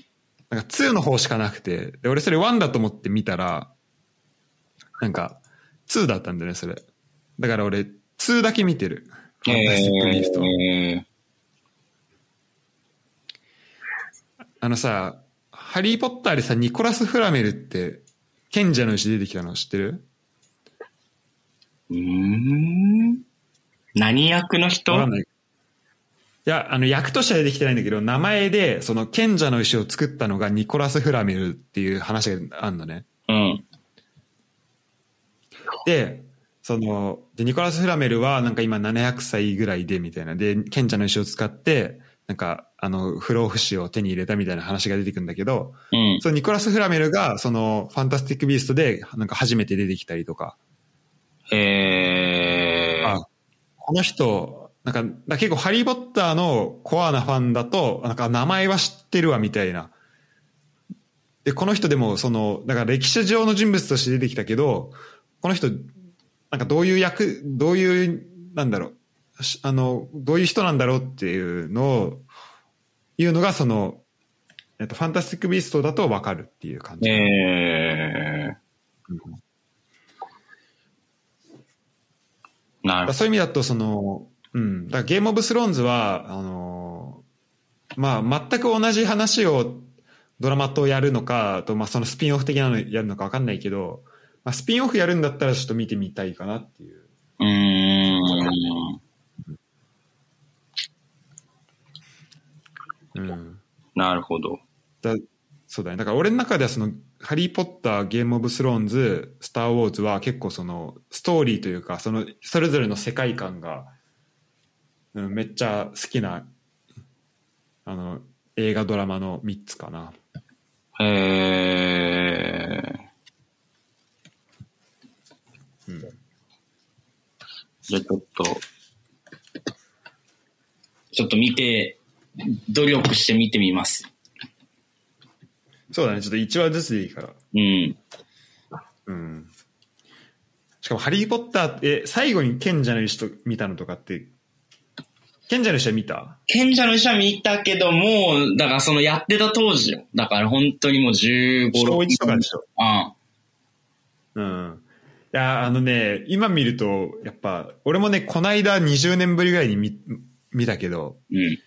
Speaker 1: なんか2の方しかなくて、で、俺それ1だと思って見たら、なんか2だったんだよね、それ。だから俺2だけ見てる。ファンタスティックビースト。
Speaker 2: へ
Speaker 1: あのさ、ハリーポッターでさ、ニコラス・フラメルって、賢者の石出てきたの知ってる
Speaker 2: ー。うーん。何役の人
Speaker 1: わかんない。いや、あの、役としては出てきてないんだけど、名前で、その、賢者の石を作ったのがニコラス・フラミルっていう話があるのね。
Speaker 2: うん。
Speaker 1: で、その、で、ニコラス・フラメルは、なんか今700歳ぐらいで、みたいな。で、賢者の石を使って、なんか、あの、不老不死を手に入れたみたいな話が出てくるんだけど、
Speaker 2: うん。
Speaker 1: そのニコラス・フラメルが、その、ファンタスティック・ビーストで、なんか初めて出てきたりとか、
Speaker 2: えー
Speaker 1: あ、この人、なんか、だから結構ハリー・ポッターのコアなファンだと、なんか名前は知ってるわ、みたいな。で、この人でも、その、だから歴史上の人物として出てきたけど、この人、なんかどういう役、どういう、なんだろう、しあの、どういう人なんだろうっていうのを、いうのが、その、えっと、ファンタスティック・ビーストだとわかるっていう感じ。
Speaker 2: え
Speaker 1: うん
Speaker 2: ー、
Speaker 1: だ
Speaker 2: な
Speaker 1: から
Speaker 2: る
Speaker 1: そういう意味だと、その、うん、だからゲームオブスローンズは、あのーまあ、全く同じ話をドラマとやるのか、あと、まあ、そのスピンオフ的なのやるのか分かんないけど、まあ、スピンオフやるんだったらちょっと見てみたいかなっていう。
Speaker 2: うーん。
Speaker 1: うん。
Speaker 2: なるほど。
Speaker 1: だそうだね。だから俺の中ではその、ハリー・ポッター、ゲーム・オブ・スローンズ、スター・ウォーズは結構その、ストーリーというか、その、それぞれの世界観が、うん、めっちゃ好きな、あの、映画、ドラマの3つかな。
Speaker 2: えー、
Speaker 1: うん。
Speaker 2: じゃあちょっと、ちょっと見て、努力して見てみます。
Speaker 1: そうだね。ちょっと1話ずつでいいから。
Speaker 2: うん。
Speaker 1: うん。しかも、ハリー・ポッターって、え最後に賢者の石と見たのとかって、賢者の石は見た
Speaker 2: 賢者の石は見たけど、もう、だからそのやってた当時よ。だから本当にもう15、
Speaker 1: 小
Speaker 2: 6
Speaker 1: 1とかでしょ
Speaker 2: あ
Speaker 1: うん。いや、あのね、今見ると、やっぱ、俺もね、こないだ20年ぶりぐらいに見、見たけど、
Speaker 2: うん。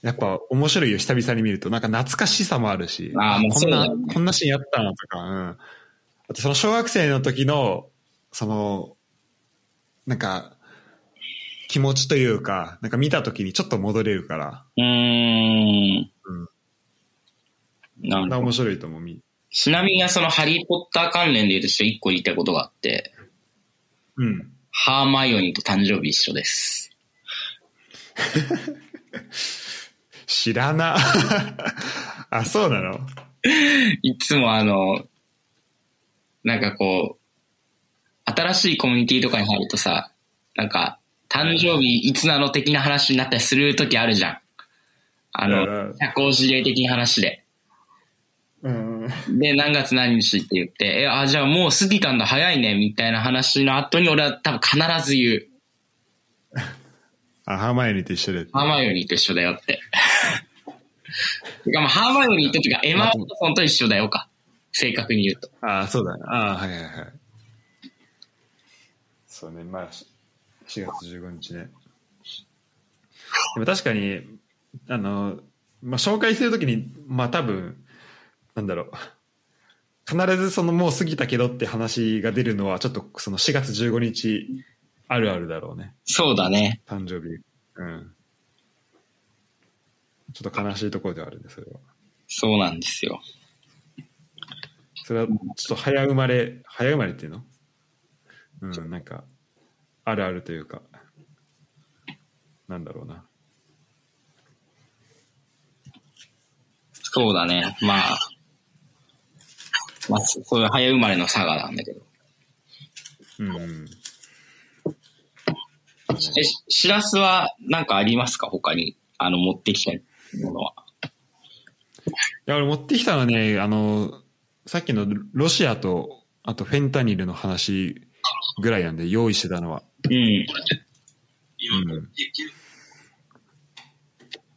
Speaker 1: やっぱ面白いよ、久々に見ると。なんか懐かしさもあるし、
Speaker 2: あーもう
Speaker 1: こんな、
Speaker 2: そうだよね
Speaker 1: こんなシーンやったなとか、うん。あと、その小学生の時の、その、なんか、気持ちというか、なんか見た時にちょっと戻れるから、
Speaker 2: うーん。
Speaker 1: うん
Speaker 2: なるほど。
Speaker 1: 面白いと思う、み。
Speaker 2: ちなみにそのハリーポッター関連で言うとちょっと一個言いたいことがあって、
Speaker 1: うん。
Speaker 2: ハーマイオニーと誕生日一緒です。
Speaker 1: 知らな。 あ、そうなの
Speaker 2: いつもあの、なんかこう、新しいコミュニティとかに入るとさ、なんか、誕生日いつなの的な話になったりする時あるじゃん。あ
Speaker 1: うんう
Speaker 2: の
Speaker 1: ん、
Speaker 2: 社交辞令的な話で。
Speaker 1: うん。
Speaker 2: で、何月何日って言って、え、あ、じゃあもう過ぎたんだ、早いね、みたいな話の後に俺は多分必ず言う。
Speaker 1: あ、ハーマイオニーと一緒で。
Speaker 2: ハーマイオニーと一緒だよって。 てかまあ、ハーマイオニーとかエマ・ワトソンと一緒だよか。正確に言うと。
Speaker 1: ああ、そうだね。ああ、はいはいはい。そうね、まあ、し4月15日ね。でも確かに、あの、まあ、紹介するときに、まあ多分、なんだろう。必ずそのもう過ぎたけどって話が出るのは、ちょっとその4月15日あるあるだろうね。
Speaker 2: そうだね。
Speaker 1: 誕生日。うん。ちょっと悲しいところではあるね、それは。
Speaker 2: そうなんですよ。
Speaker 1: それはちょっと早生まれ早生まれっていうのうんなんかあるあるというかなんだろうな
Speaker 2: そうだね。まあ、まあ、そそういう早生まれの佐賀なんだけど。
Speaker 1: うんうん
Speaker 2: え、ししらすはなんかありますか他に。あの、持ってきたものは。
Speaker 1: いや俺持ってきたのはねあのさっきのロシアとあとフェンタニルの話ぐらいなんで用意してたのは
Speaker 2: うん。
Speaker 1: うん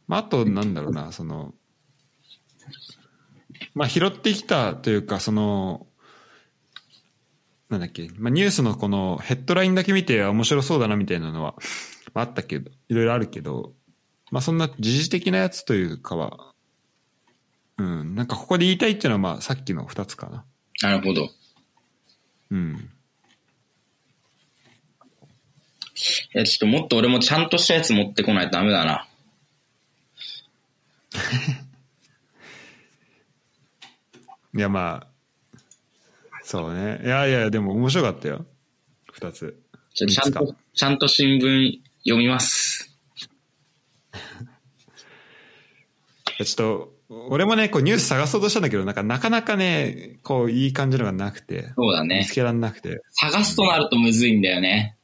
Speaker 1: まあ、あと、なんだろうな、その、まあ、拾ってきたというか、その、なんだっけ、まあ、ニュースのこのヘッドラインだけ見てあ面白そうだなみたいなのは、まあ、あったけど、いろいろあるけど、まあ、そんな時事的なやつというかは、うん、なんかここで言いたいっていうのは、まあ、さっきの二つかな。
Speaker 2: なるほど。
Speaker 1: うん。
Speaker 2: いや、ちょっともっと俺もちゃんとしたやつ持ってこないとダメだな。
Speaker 1: いや、まあ、そうね。いやいや、でも面白かったよ。二つ。
Speaker 2: ちょちゃ
Speaker 1: 三
Speaker 2: ん
Speaker 1: つ
Speaker 2: と、ちゃんと新聞読みます。
Speaker 1: かちょっと、俺もね、こうニュース探そうとしたんだけど、なんかなかなかね、こういい感じのがなくて、
Speaker 2: そうだ
Speaker 1: 見
Speaker 2: ね
Speaker 1: つ。けられなくて。
Speaker 2: 探すとなるとむずいんだよね。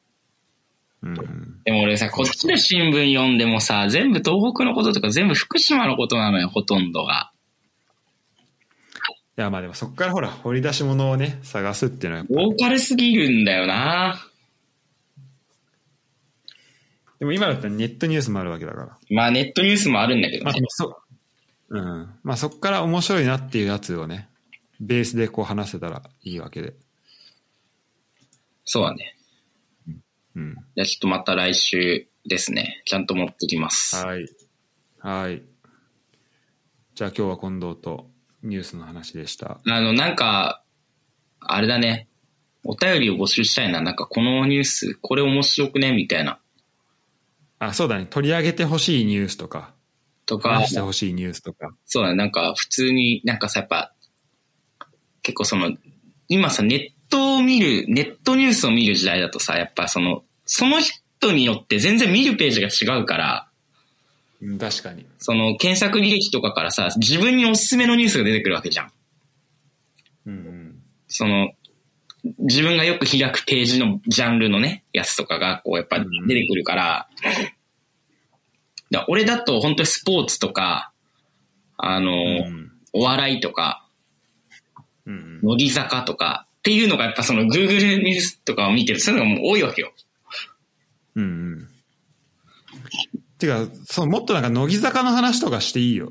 Speaker 1: うん。
Speaker 2: でも俺さ、こっちで新聞読んでもさ、全部東北のこととか全部福島のことなのよ、ほとんどが。
Speaker 1: いや、まあでもそこからほら、掘り出し物をね、探すっていうのは、
Speaker 2: ローカルすぎるんだよな。
Speaker 1: でも今だったらネットニュースもあるわけだから。
Speaker 2: まあネットニュースもあるんだけど
Speaker 1: まあ
Speaker 2: ね。、
Speaker 1: そ、うん。まあそこから面白いなっていうやつをね、ベースでこう話せたらいいわけで。
Speaker 2: そうだね。
Speaker 1: うん。
Speaker 2: じゃあちょっとまた来週ですね。ちゃんと持ってきます。
Speaker 1: はい。はい。じゃあ今日は近藤とニュースの話でした。
Speaker 2: あの、なんか、あれだね。お便りを募集したいな。なんかこのニュース、これ面白くねみたいな。
Speaker 1: あ、そうだね。取り上げてほしいニュースとか、
Speaker 2: とか
Speaker 1: 話し、てほしいニュースとか。
Speaker 2: そうだね。なんか普通になんかさ、やっぱ、結構その、今さ、ネットを見る、ネットニュースを見る時代だとさ、やっぱその、その人によって全然見るページが違うから、
Speaker 1: うん、確かに。
Speaker 2: その検索履歴とかからさ、自分におすすめのニュースが出てくるわけじゃん。
Speaker 1: うんうん。
Speaker 2: その、自分がよく開くページのジャンルのね、やつとかが、こう、やっぱ出てくるから、だ俺だと本当にスポーツとか、あの、
Speaker 1: うん
Speaker 2: お笑いとか、
Speaker 1: うん
Speaker 2: 乃木坂とか、っていうのがやっぱその Google ニュースとかを見てる、そういうのがもう多いわけよ。
Speaker 1: うんうん。てか、そう、もっとなんか乃木坂の話とかしていいよ。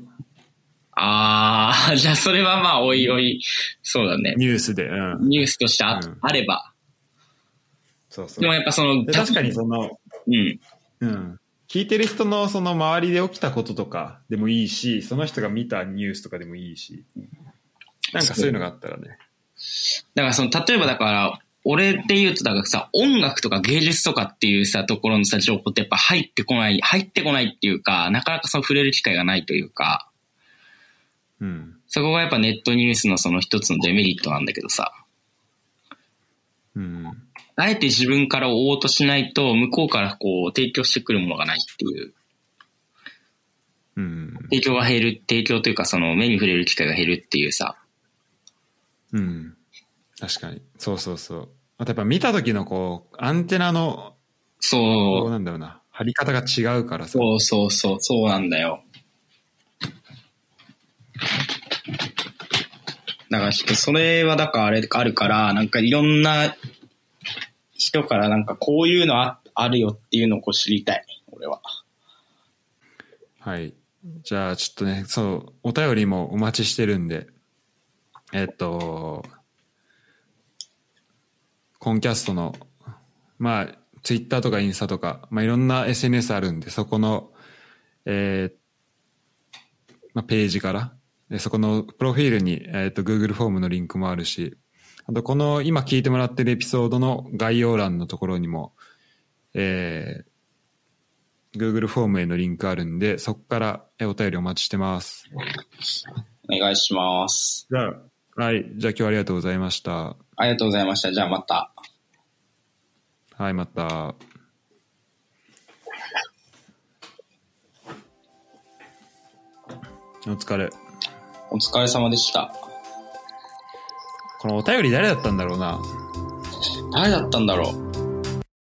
Speaker 2: あー、 じゃあそれはまあ、おいおい、そうだね。
Speaker 1: ニュースで。うん。
Speaker 2: ニュースとしてあ,、
Speaker 1: うん
Speaker 2: あれば。
Speaker 1: そうそ
Speaker 2: でも
Speaker 1: う。
Speaker 2: やっぱその、
Speaker 1: で確かにその、
Speaker 2: うん。
Speaker 1: うん。聞いてる人のその周りで起きたこととかでもいいし、その人が見たニュースとかでもいいし、なんかそういうのがあったらね。
Speaker 2: だからその、例えばだから、俺って言うと、だからさ、音楽とか芸術とかっていうさ、ところのさ、情報ってやっぱ入ってこない、入ってこないっていうか、なかなかその触れる機会がないというか、
Speaker 1: うん。
Speaker 2: そこがやっぱネットニュースのその一つのデメリットなんだけどさ、
Speaker 1: うん。
Speaker 2: あえて自分から追おうとしないと、向こうからこう、提供してくるものがないっていう、
Speaker 1: うん。
Speaker 2: 提供が減る、提供というかその目に触れる機会が減るっていうさ、
Speaker 1: うん。確かに。そうそうそう。あとやっぱ見た時のこう、アンテナの、こう
Speaker 2: そう、
Speaker 1: なんだろうな、張り方が違うからさ。
Speaker 2: そうそうそう、そうなんだよ。だからちょっとそれはだからあれあるから、なんかいろんな人からなんかこういうのああるよっていうのをこう知りたい、俺は。
Speaker 1: はい。じゃあちょっとね、そう、お便りもお待ちしてるんで、えっと、コンキャストの、まあ、ツイッターとかインスタとか、まあいろんな SNS あるんで、そこの、えーまあ、ページから、でそこのプロフィールに、えっと Google フォームのリンクもあるし、あとこの今聞いてもらってるエピソードの概要欄のところにも、えー Google フォームへのリンクあるんで、そこからえお便りお待ちしてます。
Speaker 2: お願いします。
Speaker 1: じゃあ、はい。じゃあ今日はありがとうございました。
Speaker 2: ありがとうございました。じゃあまた。
Speaker 1: はい、また。お疲れ。
Speaker 2: お疲れ様でした。
Speaker 1: このお便り誰だったんだろうな。
Speaker 2: 誰だったんだろう